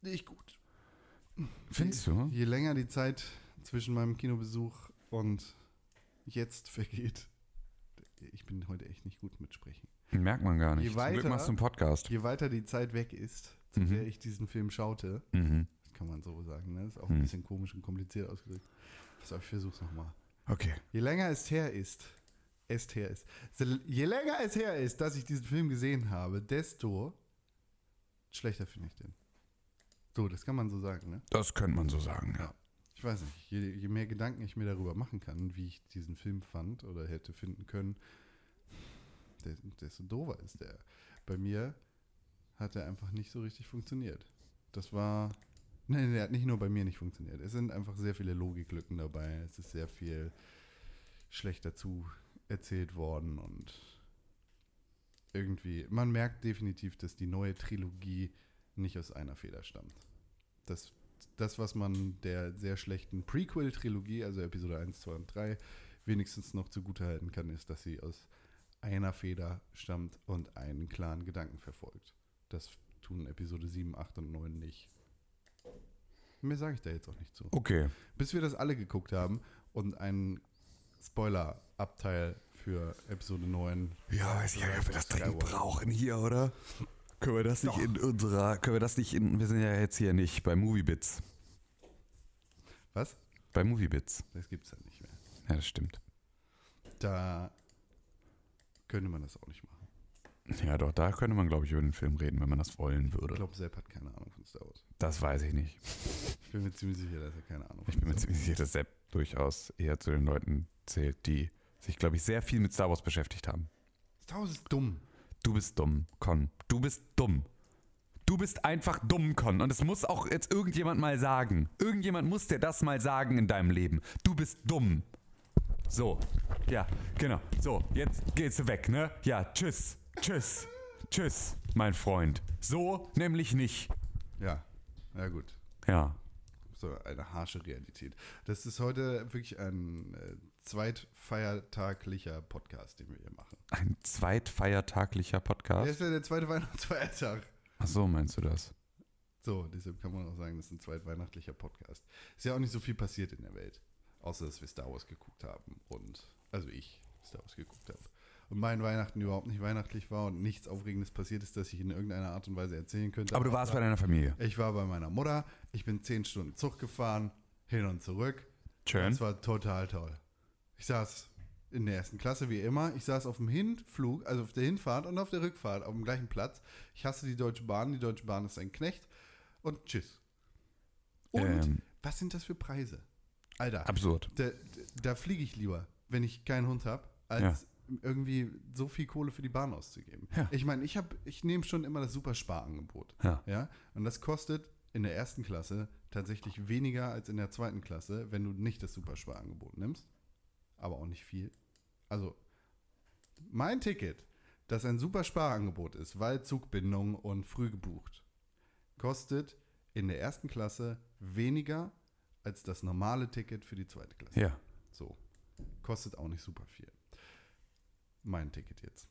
Speaker 2: nicht gut.
Speaker 3: Findest du?
Speaker 2: Je länger die Zeit zwischen meinem Kinobesuch und jetzt vergeht, ich bin heute echt nicht gut mit Sprechen.
Speaker 3: Merkt man gar
Speaker 2: Je
Speaker 3: nicht. Zum Glück
Speaker 2: weiter-
Speaker 3: machst du einen Podcast.
Speaker 2: Je weiter die Zeit weg ist, zu
Speaker 3: Mhm.
Speaker 2: der ich diesen Film schaute,
Speaker 3: Mhm.
Speaker 2: kann man so sagen, ne? ist auch ein
Speaker 3: Mhm.
Speaker 2: bisschen komisch und kompliziert ausgedrückt. Pass auf, ich versuch's nochmal.
Speaker 3: Okay.
Speaker 2: Je länger es her ist, es her ist, se- je länger es her ist, dass ich diesen Film gesehen habe, desto schlechter finde ich den. So, das kann man so sagen, ne?
Speaker 3: Das könnte man so sagen, ja.
Speaker 2: Ich weiß nicht, je, je mehr Gedanken ich mir darüber machen kann, wie ich diesen Film fand oder hätte finden können, de- desto doofer ist der. Bei mir hat er einfach nicht so richtig funktioniert. Das war. Nein, der hat nicht nur bei mir nicht funktioniert. Es sind einfach sehr viele Logiklücken dabei. Es ist sehr viel schlecht dazu erzählt worden und irgendwie. Man merkt definitiv, dass die neue Trilogie nicht aus einer Feder stammt. Das das, was man der sehr schlechten Prequel-Trilogie, also Episode 1, 2 und 3, wenigstens noch zugutehalten kann, ist, dass sie aus einer Feder stammt und einen klaren Gedanken verfolgt. Das tun Episode 7, 8 und 9 nicht. Mehr sage ich da jetzt auch nicht zu.
Speaker 3: Okay.
Speaker 2: Bis wir das alle geguckt haben und einen Spoiler-Abteil für Episode 9.
Speaker 3: Ja, weiß ich ja, ob wir das dringend
Speaker 2: Skywalker.
Speaker 3: brauchen hier, oder? Können wir das nicht in unserer, können wir das nicht in, wir sind ja jetzt hier nicht bei Moviebits.
Speaker 2: Was?
Speaker 3: Bei Moviebits.
Speaker 2: Das gibt's ja nicht mehr.
Speaker 3: Ja, das stimmt.
Speaker 2: Da könnte man das auch nicht machen.
Speaker 3: Ja, doch, da könnte man, glaube ich, über den Film reden, wenn man das wollen
Speaker 2: Ich
Speaker 3: würde.
Speaker 2: glaube, Sepp hat keine Ahnung von Star Wars.
Speaker 3: Das weiß ich nicht.
Speaker 2: Ich bin mir ziemlich sicher, dass er keine Ahnung
Speaker 3: Ich
Speaker 2: von
Speaker 3: bin mir
Speaker 2: Star
Speaker 3: ziemlich
Speaker 2: Wars
Speaker 3: sicher, dass Sepp durchaus eher zu den Leuten zählt, die sich, glaube ich, sehr viel mit Star Wars beschäftigt haben.
Speaker 2: hat. Star Wars ist dumm.
Speaker 3: Du bist dumm, Con. Du bist dumm. Du bist einfach dumm, Con. Und es muss auch jetzt irgendjemand mal sagen. Irgendjemand muss dir das mal sagen in deinem Leben. Du bist dumm. So. Ja, genau. So, jetzt geht's du weg, ne? Ja, tschüss. Tschüss. Tschüss, mein Freund. So nämlich nicht.
Speaker 2: Ja, ja gut.
Speaker 3: Ja.
Speaker 2: So eine harsche Realität. Das ist heute wirklich ein äh, zweitfeiertaglicher Podcast, den wir hier machen.
Speaker 3: Ein zweitfeiertaglicher
Speaker 2: Der
Speaker 3: Podcast.
Speaker 2: ist ja der zweite (laughs) Weihnachtsfeiertag.
Speaker 3: Ach so, meinst du das?
Speaker 2: So, deshalb kann man auch sagen, das ist ein zweitweihnachtlicher Podcast. Ist ja auch nicht so viel passiert in der Welt. Außer, dass wir Star Wars geguckt haben. Und, also ich Star Wars geguckt habe. Und mein Weihnachten überhaupt nicht weihnachtlich war und nichts Aufregendes passiert ist, das ich in irgendeiner Art und Weise erzählen könnte.
Speaker 3: Aber du warst bei deiner Familie.
Speaker 2: Ich war bei meiner Mutter, ich bin zehn Stunden Zug gefahren, hin und zurück.
Speaker 3: Schön.
Speaker 2: Das war total toll. Ich saß in der ersten Klasse wie immer. Ich saß auf dem Hinflug, also auf der Hinfahrt und auf der Rückfahrt auf dem gleichen Platz. Ich hasse die Deutsche Bahn, die Deutsche Bahn ist ein Knecht. Und tschüss. Und
Speaker 3: Ähm.
Speaker 2: was sind das für Preise? Alter,
Speaker 3: Absurd.
Speaker 2: da, da fliege ich lieber, wenn ich keinen Hund habe, als irgendwie so viel Kohle für die Bahn auszugeben.
Speaker 3: Ja.
Speaker 2: Ich meine, ich, hab- ich nehme schon immer das Supersparangebot.
Speaker 3: Ja.
Speaker 2: Ja, und das kostet in der ersten Klasse tatsächlich weniger als in der zweiten Klasse, wenn du nicht das Supersparangebot nimmst. Aber auch nicht viel. Also, mein Ticket, das ein Supersparangebot ist, weil Zugbindung und früh gebucht, kostet in der ersten Klasse weniger als das normale Ticket für die zweite Klasse.
Speaker 3: Ja.
Speaker 2: So. Kostet auch nicht super viel. Mein Ticket jetzt.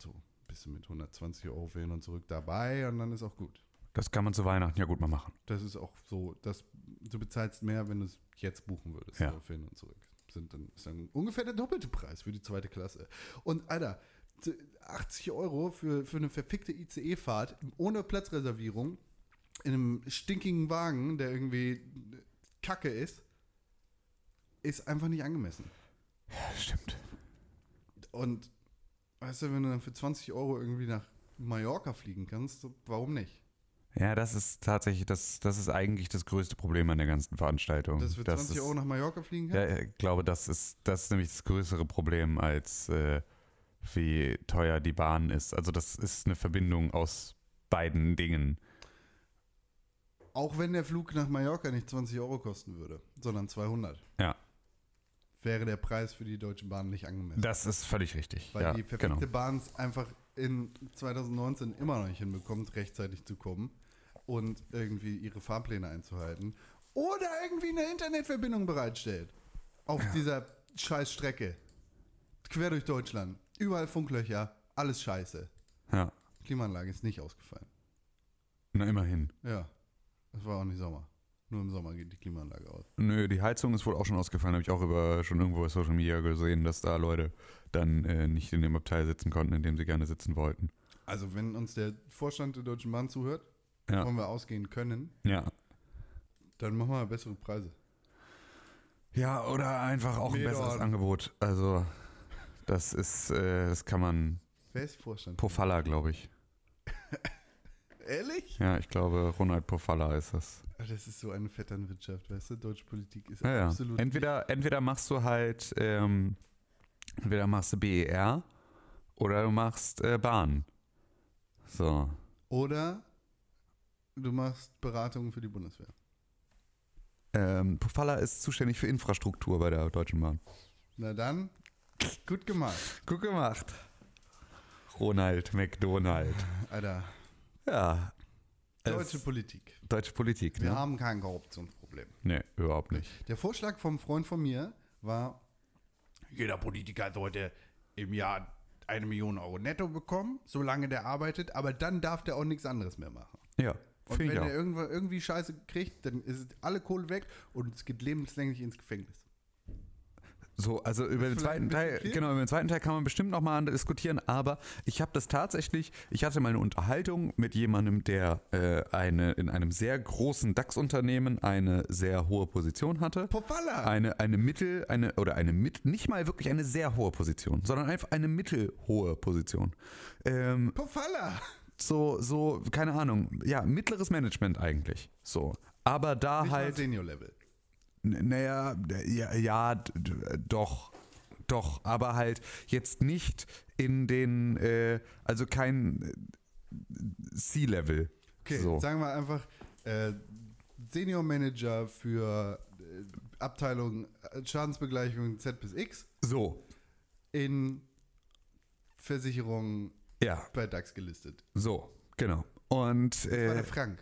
Speaker 2: So, bist du mit 120 Euro für hin und zurück dabei und dann ist auch gut.
Speaker 3: Das kann man zu Weihnachten ja gut mal machen.
Speaker 2: Das ist auch so, dass du bezahlst mehr, wenn du es jetzt buchen würdest,
Speaker 3: Ja.
Speaker 2: so für hin und zurück. Sind dann, ist dann ungefähr der doppelte Preis für die zweite Klasse. Und Alter, z- 80 Euro für, für eine verfickte ICE-Fahrt ohne Platzreservierung in einem stinkigen Wagen, der irgendwie kacke ist, ist einfach nicht angemessen.
Speaker 3: Stimmt.
Speaker 2: Und weißt du, wenn du dann für 20 Euro irgendwie nach Mallorca fliegen kannst, so, warum nicht?
Speaker 3: Ja, das ist tatsächlich, das, das ist eigentlich das größte Problem an der ganzen Veranstaltung.
Speaker 2: Dass du für 20
Speaker 3: ist,
Speaker 2: Euro nach Mallorca fliegen kannst?
Speaker 3: Ja, ich glaube, das ist, das ist nämlich das größere Problem, als äh, wie teuer die Bahn ist. Also das ist eine Verbindung aus beiden Dingen.
Speaker 2: Auch wenn der Flug nach Mallorca nicht 20 Euro kosten würde, sondern 200.
Speaker 3: Ja.
Speaker 2: Wäre der Preis für die Deutsche Bahn nicht angemessen.
Speaker 3: Das ist völlig richtig.
Speaker 2: weil
Speaker 3: ja,
Speaker 2: die
Speaker 3: genau.
Speaker 2: verfickte Bahn es einfach in 2019 immer noch nicht hinbekommt, rechtzeitig zu kommen und irgendwie ihre Fahrpläne einzuhalten. Oder irgendwie eine Internetverbindung bereitstellt. Auf dieser scheiß Strecke. Quer durch Deutschland. Überall Funklöcher. Alles scheiße.
Speaker 3: Ja.
Speaker 2: Klimaanlage ist nicht ausgefallen.
Speaker 3: Na, immerhin.
Speaker 2: Ja. Es war auch nicht Sommer. Nur im Sommer geht die Klimaanlage aus.
Speaker 3: Nö, die Heizung ist wohl auch schon ausgefallen. Habe ich auch über, schon irgendwo bei Social Media gesehen, dass da Leute dann äh, nicht in dem Abteil sitzen konnten, in dem sie gerne sitzen wollten.
Speaker 2: Also, wenn uns der Vorstand der Deutschen Bahn zuhört,
Speaker 3: Ja.
Speaker 2: wovon wir ausgehen können,
Speaker 3: Ja.
Speaker 2: dann machen wir bessere Preise.
Speaker 3: Ja, oder einfach auch ein
Speaker 2: Mehlorn.
Speaker 3: besseres Angebot. Also, das ist, äh, das kann man.
Speaker 2: Wer ist Vorstand?
Speaker 3: Pofalla, glaube ich.
Speaker 2: Ehrlich? Ah,
Speaker 3: Ja, ich glaube, Ronald Pofalla ist das.
Speaker 2: Das ist so eine Vetternwirtschaft, weißt du? Deutsche Politik ist
Speaker 3: Ja, ja.
Speaker 2: absolut.
Speaker 3: Entweder, entweder machst du halt, ähm, entweder machst du BER oder du machst äh, Bahn. So.
Speaker 2: Oder du machst Beratungen für die Bundeswehr.
Speaker 3: Ähm, Pofalla ist zuständig für Infrastruktur bei der Deutschen Bahn.
Speaker 2: Na dann, gut gemacht.
Speaker 3: Gut gemacht. Ronald McDonald.
Speaker 2: Alter,
Speaker 3: Ja.
Speaker 2: deutsche
Speaker 3: Es-
Speaker 2: Politik.
Speaker 3: deutsche Politik,
Speaker 2: Wir
Speaker 3: ne?
Speaker 2: haben kein Korruptionsproblem.
Speaker 3: Nee, überhaupt nicht.
Speaker 2: Der Vorschlag vom Freund von mir war, jeder Politiker sollte im Jahr eine Million Euro netto bekommen, solange der arbeitet, aber dann darf der auch nichts anderes mehr machen.
Speaker 3: Ja,
Speaker 2: Und
Speaker 3: finde
Speaker 2: wenn
Speaker 3: ich
Speaker 2: er
Speaker 3: auch.
Speaker 2: irgendwann irgendwie Scheiße kriegt, dann ist alle Kohle weg und es geht lebenslänglich ins Gefängnis.
Speaker 3: So, also über den
Speaker 2: vielleicht
Speaker 3: zweiten
Speaker 2: ein bisschen
Speaker 3: Teil,
Speaker 2: viel?
Speaker 3: genau, über den zweiten Teil kann man bestimmt nochmal diskutieren, aber ich habe das tatsächlich, ich hatte mal eine Unterhaltung mit jemandem, der äh, eine, in einem sehr großen DAX-Unternehmen eine sehr hohe Position hatte.
Speaker 2: Pofalla!
Speaker 3: Eine, eine Mittel, eine, oder eine mit, nicht mal wirklich eine sehr hohe Position, sondern einfach eine mittelhohe Position. Ähm,
Speaker 2: Pofalla!
Speaker 3: so, so, keine Ahnung, ja, mittleres Management eigentlich. So. Aber da
Speaker 2: Nicht mal
Speaker 3: halt.
Speaker 2: Senior Level.
Speaker 3: N- Naja, d- ja, ja d- d- doch, doch, aber halt jetzt nicht in den, äh, also kein äh, C-Level.
Speaker 2: Okay,
Speaker 3: so.
Speaker 2: sagen wir einfach äh, Senior Manager für äh, Abteilung äh, Schadensbegleichung Z bis X
Speaker 3: so,
Speaker 2: in Versicherungen
Speaker 3: ja,
Speaker 2: bei DAX gelistet.
Speaker 3: so, genau. Und,
Speaker 2: Das war
Speaker 3: äh,
Speaker 2: der Frank.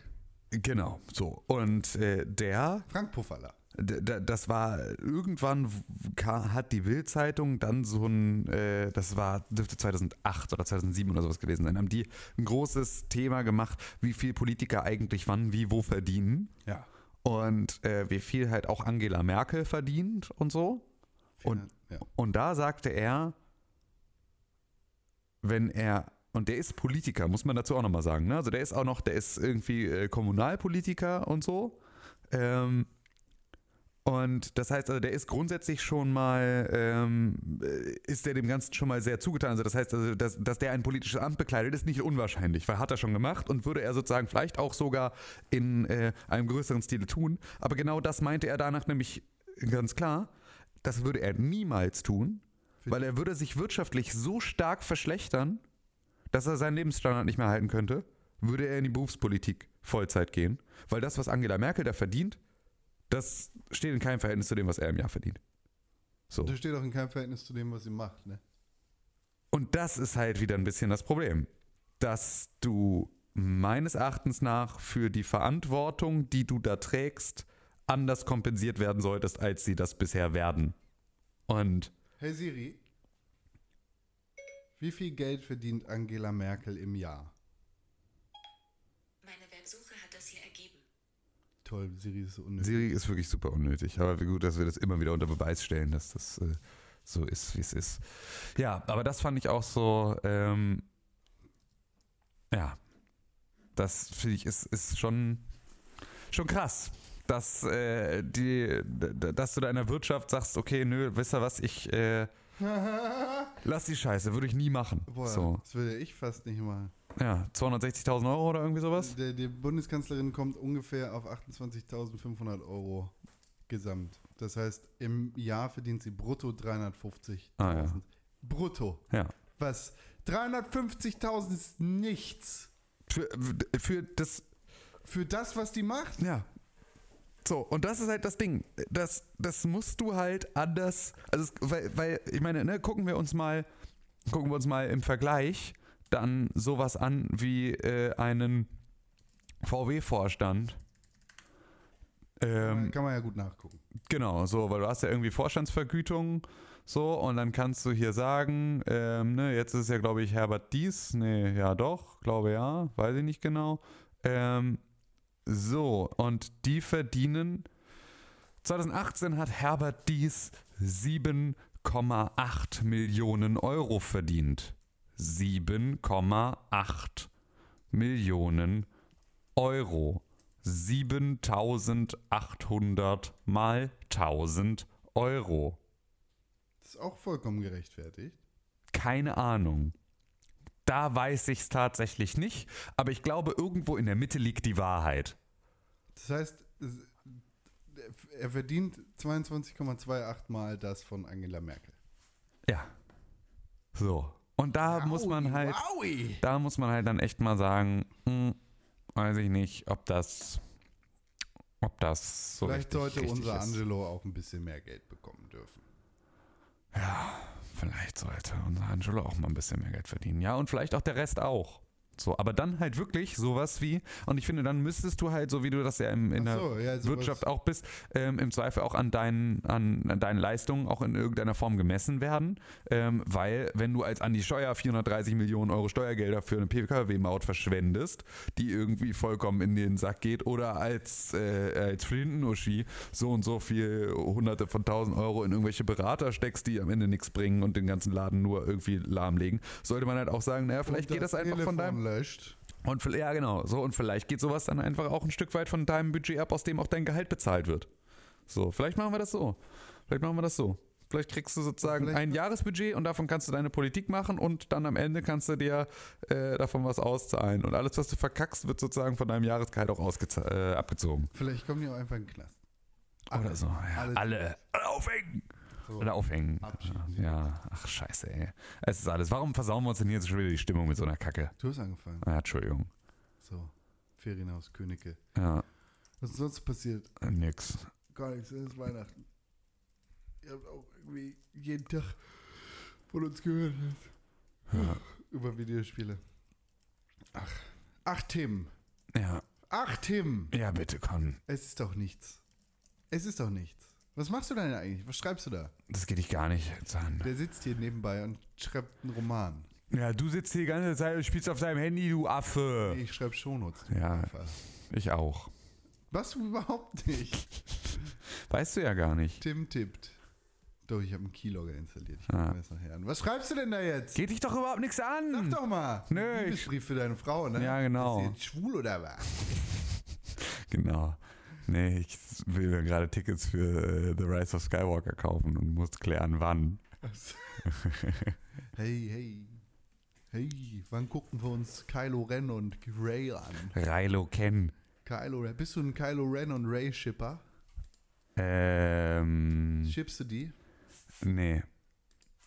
Speaker 3: genau, so. Und äh, der
Speaker 2: Frank Pofalla.
Speaker 3: D- d- Das war irgendwann w- ka- hat die Bild-Zeitung dann so ein, äh, das war dürfte 2008 oder 2007 oder sowas gewesen sein, haben die ein großes Thema gemacht, wie viel Politiker eigentlich wann, wie, wo verdienen
Speaker 2: Ja.
Speaker 3: und äh, wie viel halt auch Angela Merkel verdient und so. Und, Oh,
Speaker 2: ja.
Speaker 3: und da sagte er, wenn er, und der ist Politiker, muss man dazu auch nochmal sagen, ne? Also der ist auch noch, der ist irgendwie äh, Kommunalpolitiker und so. Ähm, und das heißt also, der ist grundsätzlich schon mal, ähm, äh, ist der dem Ganzen schon mal sehr zugetan. Also das heißt also, dass, dass der ein politisches Amt bekleidet, ist nicht unwahrscheinlich, weil hat er schon gemacht und würde er sozusagen vielleicht auch sogar in äh, einem größeren Stile tun. Aber genau das meinte er danach nämlich ganz klar, das würde er niemals tun, weil er würde sich wirtschaftlich so stark verschlechtern, dass er seinen Lebensstandard nicht mehr halten könnte, würde er in die Berufspolitik Vollzeit gehen, weil das, was Angela Merkel da verdient, das steht in keinem Verhältnis zu dem, was er im Jahr verdient. So.
Speaker 2: Das steht auch in keinem Verhältnis zu dem, was sie macht, ne?
Speaker 3: Und das ist halt wieder ein bisschen das Problem, dass du meines Erachtens nach für die Verantwortung, die du da trägst, anders kompensiert werden solltest, als sie das bisher werden. Und
Speaker 2: Hey Siri, wie viel Geld verdient Angela Merkel im Jahr?
Speaker 4: Meine Websuche hat das hier ergeben.
Speaker 2: Toll, Siri ist so unnötig.
Speaker 3: Siri ist wirklich super unnötig. Aber wie gut, dass wir das immer wieder unter Beweis stellen, dass das äh, so ist, wie es ist. Ja, aber das fand ich auch so. Ähm, ja, das finde ich ist, ist schon, schon krass, dass, äh, die, d- d- dass du deiner Wirtschaft sagst: Okay, nö, wisst ihr was, ich. (laughs) Äh, lass die Scheiße, würde ich nie machen.
Speaker 2: Boah,
Speaker 3: So,
Speaker 2: das würde ich fast nicht mal.
Speaker 3: ja, 260.000 Euro oder irgendwie sowas?
Speaker 2: Der, die Bundeskanzlerin kommt ungefähr auf 28.500 Euro gesamt. Das heißt, im Jahr verdient sie brutto 350.000.
Speaker 3: Ah, ja.
Speaker 2: Brutto.
Speaker 3: Ja.
Speaker 2: Was? 350.000 ist nichts
Speaker 3: Für, für das
Speaker 2: für das, was die macht.
Speaker 3: Ja. So, und das ist halt das Ding. Das, das musst du halt anders. Also, es, weil, weil, ich meine, ne, gucken wir uns mal, gucken wir uns mal im Vergleich dann sowas an wie äh, einen VW-Vorstand. Ähm,
Speaker 2: Kann man ja gut nachgucken.
Speaker 3: Genau, so, weil du hast ja irgendwie Vorstandsvergütung, so, und dann kannst du hier sagen, ähm, ne, jetzt ist es ja, glaube ich, Herbert Dies, nee, ja doch, glaube ja, weiß ich nicht genau. Ähm, so, und die verdienen, 2018 hat Herbert Dies 7,8 Millionen Euro verdient. 7,8 Millionen Euro. 7800 mal 1000 Euro.
Speaker 2: Das ist auch vollkommen gerechtfertigt.
Speaker 3: Keine Ahnung. Da weiß ich es tatsächlich nicht, aber ich glaube, irgendwo in der Mitte liegt die Wahrheit.
Speaker 2: Das heißt, es- er verdient 22,28 Mal das von Angela Merkel.
Speaker 3: Ja. So. Und da muss man halt,
Speaker 2: Wowie.
Speaker 3: da muss man halt dann echt mal sagen, hm, weiß ich nicht, ob das, ob das so
Speaker 2: Vielleicht
Speaker 3: richtig,
Speaker 2: sollte
Speaker 3: richtig
Speaker 2: unser
Speaker 3: ist.
Speaker 2: Angelo auch ein bisschen mehr Geld bekommen dürfen.
Speaker 3: Vielleicht sollte unser Angelo auch mal ein bisschen mehr Geld verdienen. Ja, und vielleicht auch der Rest auch. So, aber dann halt wirklich sowas wie, und ich finde, dann müsstest du halt, so wie du das ja im, in
Speaker 2: Ach
Speaker 3: der
Speaker 2: so, ja, sowas-
Speaker 3: Wirtschaft auch bist, ähm, im Zweifel auch an deinen, an, an deinen Leistungen auch in irgendeiner Form gemessen werden. Ähm, weil, wenn du als Andi Scheuer 430 Millionen Euro Steuergelder für eine PKW-Maut verschwendest, die irgendwie vollkommen in den Sack geht, oder als, äh, als Flinten-Uschi so und so viel Hunderte von tausend Euro in irgendwelche Berater steckst, die am Ende nichts bringen und den ganzen Laden nur irgendwie lahmlegen, sollte man halt auch sagen, naja, vielleicht
Speaker 2: Und
Speaker 3: geht das einfach von
Speaker 2: Telefon
Speaker 3: deinem
Speaker 2: Löscht.
Speaker 3: und vi- ja, genau. So, und vielleicht geht sowas dann einfach auch ein Stück weit von deinem Budget ab, aus dem auch dein Gehalt bezahlt wird. So, vielleicht machen wir das so. Vielleicht machen wir das so. Vielleicht kriegst du sozusagen
Speaker 2: Vielleicht-
Speaker 3: ein Jahresbudget und davon kannst du deine Politik machen und dann am Ende kannst du dir äh, davon was auszahlen. Und alles, was du verkackst, wird sozusagen von deinem Jahresgehalt auch ausgeza- äh, abgezogen.
Speaker 2: Vielleicht kommen die auch einfach in den Knast.
Speaker 3: Oder so. Ja,
Speaker 2: alles-
Speaker 3: alle, alle. aufhängen!
Speaker 2: So.
Speaker 3: Oder aufhängen.
Speaker 2: Abschieben sie.
Speaker 3: Ja, ach scheiße, ey. Es ist alles. Warum versauen wir uns denn jetzt schon wieder die Stimmung mit so einer Kacke?
Speaker 2: Du hast angefangen.
Speaker 3: Ah, Entschuldigung.
Speaker 2: So, Ferienhaus, Könige.
Speaker 3: Ja,
Speaker 2: Was ist sonst passiert?
Speaker 3: nix.
Speaker 2: Gar nichts, es ist Weihnachten. Ihr habt auch irgendwie jeden Tag von uns gehört.
Speaker 3: Ja.
Speaker 2: Über Videospiele. Ach, ach Tim.
Speaker 3: Ja,
Speaker 2: Ach Tim.
Speaker 3: Ja, bitte, Con.
Speaker 2: Es ist doch nichts. Es ist doch nichts. Was machst du denn eigentlich? Was schreibst du da?
Speaker 3: Das geht dich gar nicht jetzt an.
Speaker 2: Der sitzt hier nebenbei und schreibt einen Roman.
Speaker 3: Ja, du sitzt hier die ganze Zeit und spielst auf deinem Handy, du Affe.
Speaker 2: Ich schreibe Shownotes.
Speaker 3: Ja.
Speaker 2: Einfach.
Speaker 3: Ich auch.
Speaker 2: Was du überhaupt nicht.
Speaker 3: Weißt du ja gar nicht.
Speaker 2: Tim tippt. Doch, ich habe einen Keylogger installiert. Ich
Speaker 3: Ah.
Speaker 2: guck mir das nachher an. Was schreibst du denn da jetzt?
Speaker 3: Geht dich doch überhaupt nichts
Speaker 2: Sag
Speaker 3: an.
Speaker 2: doch mal.
Speaker 3: Nö,
Speaker 2: Ein
Speaker 3: Hm. ich-
Speaker 2: Liebesbrief für deine Frau, ne?
Speaker 3: Ja, genau.
Speaker 2: Ist sie jetzt schwul oder was?
Speaker 3: Genau. Nee, ich will mir gerade Tickets für äh, The Rise of Skywalker kaufen und muss klären, wann. (laughs)
Speaker 2: Hey, hey. Hey, wann gucken wir uns Kylo Ren und Ray an?
Speaker 3: Rilo Ken.
Speaker 2: Kylo Ren. Bist du ein Kylo Ren und Ray-Shipper?
Speaker 3: Ähm.
Speaker 2: Schippst du die?
Speaker 3: Nee.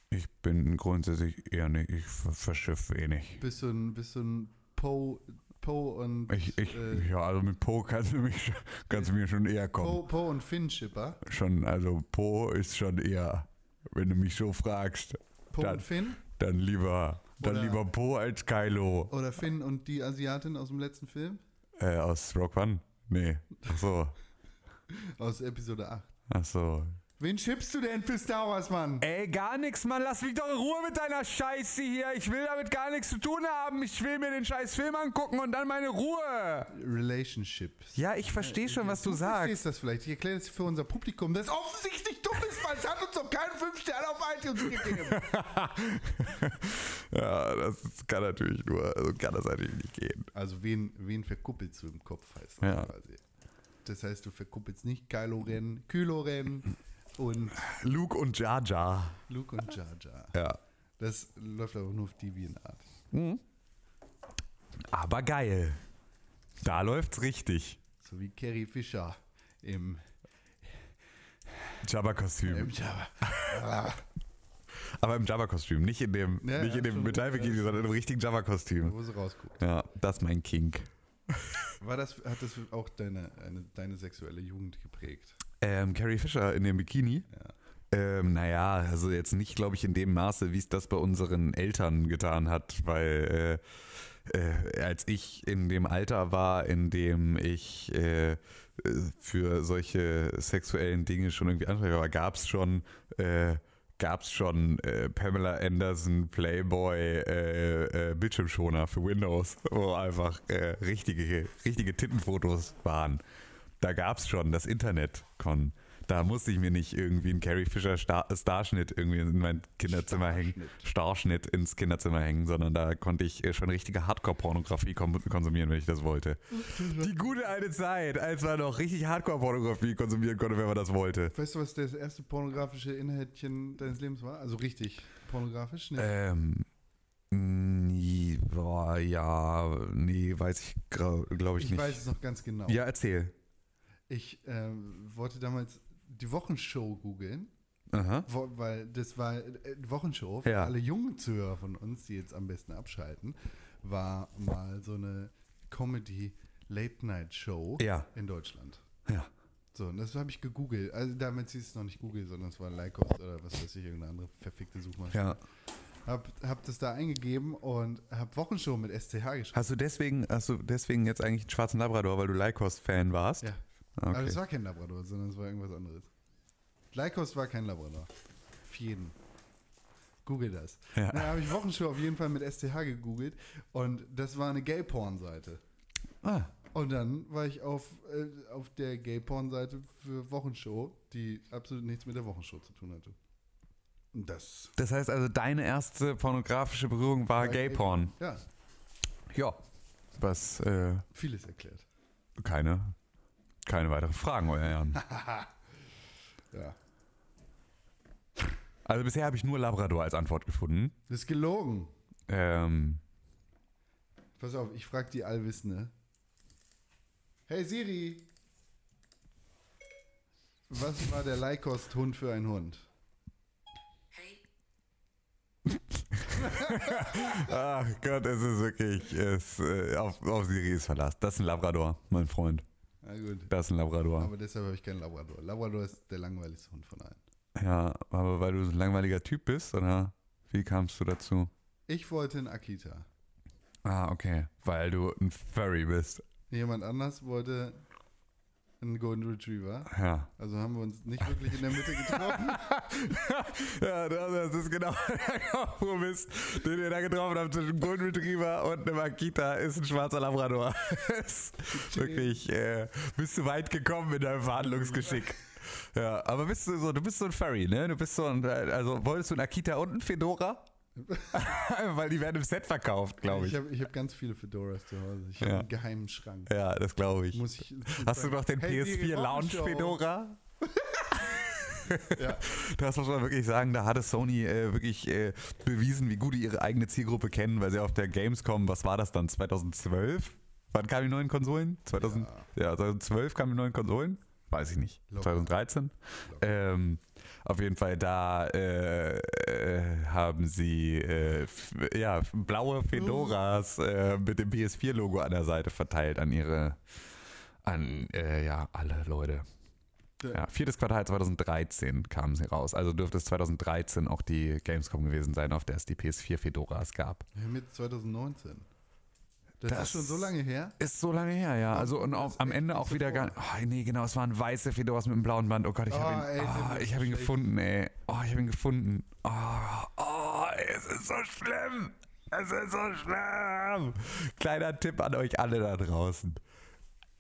Speaker 3: Ich bin grundsätzlich eher nicht. Ich ver- verschiff eh wenig.
Speaker 2: Bist du ein, bist du ein Poe po und
Speaker 3: Ich, ich,
Speaker 2: äh,
Speaker 3: ja, also mit Po kannst du, mich, schon- kannst du mir schon eher kommen.
Speaker 2: Poe po und Finn-Shipper?
Speaker 3: schon, also Po ist schon eher, wenn du mich so fragst,
Speaker 2: Poe
Speaker 3: Dann-
Speaker 2: und Finn?
Speaker 3: dann lieber, dann
Speaker 2: Oder-
Speaker 3: lieber Po als Kylo
Speaker 2: Oder Finn und die Asiatin aus dem letzten Film?
Speaker 3: äh, aus Rock One. Nee, ach so.
Speaker 2: Aus Episode 8.
Speaker 3: Ach so.
Speaker 2: Wen schippst du denn für Star Wars, Mann?
Speaker 3: Ey, gar nix, Mann. Lass mich doch in Ruhe mit deiner Scheiße hier. Ich will damit gar nichts zu tun haben. Ich will mir den scheiß Film angucken und dann meine Ruhe.
Speaker 2: Relationships.
Speaker 3: Ja, ich verstehe schon, was du
Speaker 2: Du
Speaker 3: sagst.
Speaker 2: verstehst das vielleicht. Ich erkläre das für unser Publikum, das offensichtlich dumm ist, weil es hat uns doch keinen 5 Sterne auf iTunes gegeben.
Speaker 3: Ja, das ist- kann natürlich nur, also kann das natürlich nicht gehen.
Speaker 2: (laughs) Also wen, wen verkuppelst du im Kopf, heißt das
Speaker 3: Ja.
Speaker 2: quasi. Das heißt, du verkuppelst nicht Kylo Ren, Kylo Ren und
Speaker 3: Luke und Jar Jar.
Speaker 2: Luke und Jar Jar.
Speaker 3: Ja.
Speaker 2: Das läuft aber nur auf Deviantart.
Speaker 3: Aber geil. Da läuft's richtig.
Speaker 2: So wie Carrie Fisher im, im
Speaker 3: Jabba-Kostüm.
Speaker 2: Java.
Speaker 3: Aber im Jabba-Kostüm, nicht in dem,
Speaker 2: Ja,
Speaker 3: nicht
Speaker 2: ja,
Speaker 3: in dem
Speaker 2: schon.
Speaker 3: Metall-Bikini, sondern im richtigen Jabba-Kostüm.
Speaker 2: Wo sie rausguckt.
Speaker 3: Ja, das ist mein Kink.
Speaker 2: War das, hat das auch deine, eine, deine sexuelle Jugend geprägt?
Speaker 3: Ähm, Carrie Fisher in dem Bikini. Ähm, naja, also jetzt nicht, glaube ich, in dem Maße, wie es das bei unseren Eltern getan hat, weil äh, äh, als ich in dem Alter war, in dem ich äh, äh, für solche sexuellen Dinge schon irgendwie anfällig war, gab es schon, äh, gab's schon äh, Pamela Anderson, Playboy, äh, äh, Bildschirmschoner für Windows, wo einfach äh, richtige, richtige Tittenfotos waren. Da gab es schon das Internet, Con. Da musste ich mir nicht irgendwie einen Carrie Fisher Star Starschnitt irgendwie in mein Kinderzimmer hängen, Starschnitt ins Kinderzimmer hängen, sondern da konnte ich äh, schon richtige Hardcore-Pornografie kom- konsumieren, wenn ich das wollte. Die gute alte Zeit, als man noch richtig Hardcore-Pornografie konsumieren konnte, wenn man das wollte.
Speaker 2: Weißt du, was das erste pornografische Inhaltchen deines Lebens war? Also richtig pornografisch? Ne?
Speaker 3: Ähm, nee, boah, ja, nee, weiß ich, glaube ich,
Speaker 2: ich
Speaker 3: nicht.
Speaker 2: weiß es noch ganz genau.
Speaker 3: ja, erzähl.
Speaker 2: Ich ähm, wollte damals die Wochenshow googeln,
Speaker 3: Aha.
Speaker 2: wo, weil das war äh, die Wochenshow für
Speaker 3: Ja.
Speaker 2: alle jungen Zuhörer von uns, die jetzt am besten abschalten, war mal so eine Comedy Late Night Show
Speaker 3: Ja.
Speaker 2: in Deutschland.
Speaker 3: Ja.
Speaker 2: So, und das habe ich gegoogelt. Also damals hieß es noch nicht Google, sondern es war Lycos oder was weiß ich, irgendeine andere verfickte Suchmaschine.
Speaker 3: Ja.
Speaker 2: Hab, hab das da eingegeben und hab Wochenshow mit SCH geschrieben.
Speaker 3: Hast du deswegen, hast du deswegen jetzt eigentlich einen schwarzen Labrador, weil du Lycos-Fan warst?
Speaker 2: Ja. Also-
Speaker 3: Okay.
Speaker 2: Aber das war kein Labrador, sondern es war irgendwas anderes. Lycos war kein Labrador. Auf jeden. Google das.
Speaker 3: Ja.
Speaker 2: Dann habe ich Wochenshow auf jeden Fall mit STH gegoogelt und das war eine Gay-Porn-Seite.
Speaker 3: Ah,
Speaker 2: Und dann war ich auf, äh, auf der Gay-Porn-Seite für Wochenshow, die absolut nichts mit der Wochenshow zu tun hatte. Und das.
Speaker 3: das heißt also, deine erste pornografische Berührung war
Speaker 2: war
Speaker 3: Gay-Porn.
Speaker 2: Ja,
Speaker 3: Ja. Was, äh,
Speaker 2: vieles erklärt.
Speaker 3: keine, keine weiteren Fragen, euer Herren.
Speaker 2: Ja.
Speaker 3: Also bisher habe ich nur Labrador als Antwort gefunden.
Speaker 2: Das ist gelogen.
Speaker 3: Ähm,
Speaker 2: Pass auf, ich frage die Allwissende. Hey Siri! Was war der Leihkost-Hund für ein Hund?
Speaker 4: Hey,
Speaker 3: ach Gott, es ist wirklich, es, äh, auf, auf Siri ist Verlass. Das ist ein Labrador, mein Freund.
Speaker 2: Na gut.
Speaker 3: Das ist ein Labrador.
Speaker 2: Aber deshalb habe ich keinen Labrador. Labrador ist der langweiligste Hund von allen.
Speaker 3: ja, aber weil du so ein langweiliger Typ bist, oder wie kamst du dazu?
Speaker 2: Ich wollte einen Akita.
Speaker 3: Ah, okay. Weil du ein Furry bist.
Speaker 2: Jemand anders wollte einen Golden Retriever.
Speaker 3: Ja.
Speaker 2: Also haben wir uns nicht wirklich in der Mitte getroffen.
Speaker 3: (laughs) Ja, das das ist genau (laughs) der Kompromiss, den ihr da getroffen habt zwischen einem Golden Retriever und einem Akita, ist ein schwarzer Labrador. (laughs) ist wirklich, äh, bist du weit gekommen in deinem Verhandlungsgeschick. Ja, aber bist du so, du bist so ein Furry, ne? Du bist so ein, also wolltest du einen Akita und einen
Speaker 2: (laughs)
Speaker 3: Fedora? (laughs) Weil die werden im Set verkauft, glaube
Speaker 2: Ich
Speaker 3: ich.
Speaker 2: habe ich hab ganz viele Fedoras zu Hause. Ich habe
Speaker 3: Ja.
Speaker 2: einen geheimen Schrank.
Speaker 3: Ja, das glaube ich.
Speaker 2: Muss ich
Speaker 3: Hast du noch den
Speaker 2: Hey, Siri,
Speaker 3: PS4 Lounge
Speaker 2: Wochenshow.
Speaker 3: Fedora?
Speaker 2: Ja.
Speaker 3: (laughs) Das muss man wirklich sagen, da hatte Sony äh, wirklich äh, bewiesen, wie gut die ihre eigene Zielgruppe kennen, weil sie auf der Gamescom, was war das dann, 2012? Wann kamen die neuen Konsolen? 2000, ja. 2012 kamen die neuen Konsolen? Weiß ich nicht.
Speaker 2: Locker.
Speaker 3: 2013? Ähm, auf jeden Fall, da äh, äh, haben sie äh, f- ja, blaue Fedoras äh, mit dem PS4-Logo an der Seite verteilt an ihre, an äh, ja, alle Leute. Ja, viertes Quartal 2013 kamen sie raus. Also dürfte es 2013 auch die Gamescom gewesen sein, auf der es die PS4 Fedoras gab.
Speaker 2: Mit 2019. Das,
Speaker 3: Das-
Speaker 2: ist schon so lange her.
Speaker 3: Ist so lange her, ja. Also und
Speaker 2: Das
Speaker 3: auf,
Speaker 2: ist
Speaker 3: am
Speaker 2: echt
Speaker 3: Ende
Speaker 2: nicht
Speaker 3: auch
Speaker 2: so
Speaker 3: wieder gar. Oh, nee, genau, es waren weiße Fedoras mit einem blauen Band. Oh Gott, ich habe
Speaker 2: Oh, ey,
Speaker 3: ihn,
Speaker 2: Tim,
Speaker 3: Ah,
Speaker 2: das ist
Speaker 3: ich hab ihn
Speaker 2: schlecht.
Speaker 3: gefunden, ey. Oh, ich habe ihn gefunden. Oh, oh, es ist so schlimm. Es ist so schlimm. Kleiner Tipp an euch alle da draußen.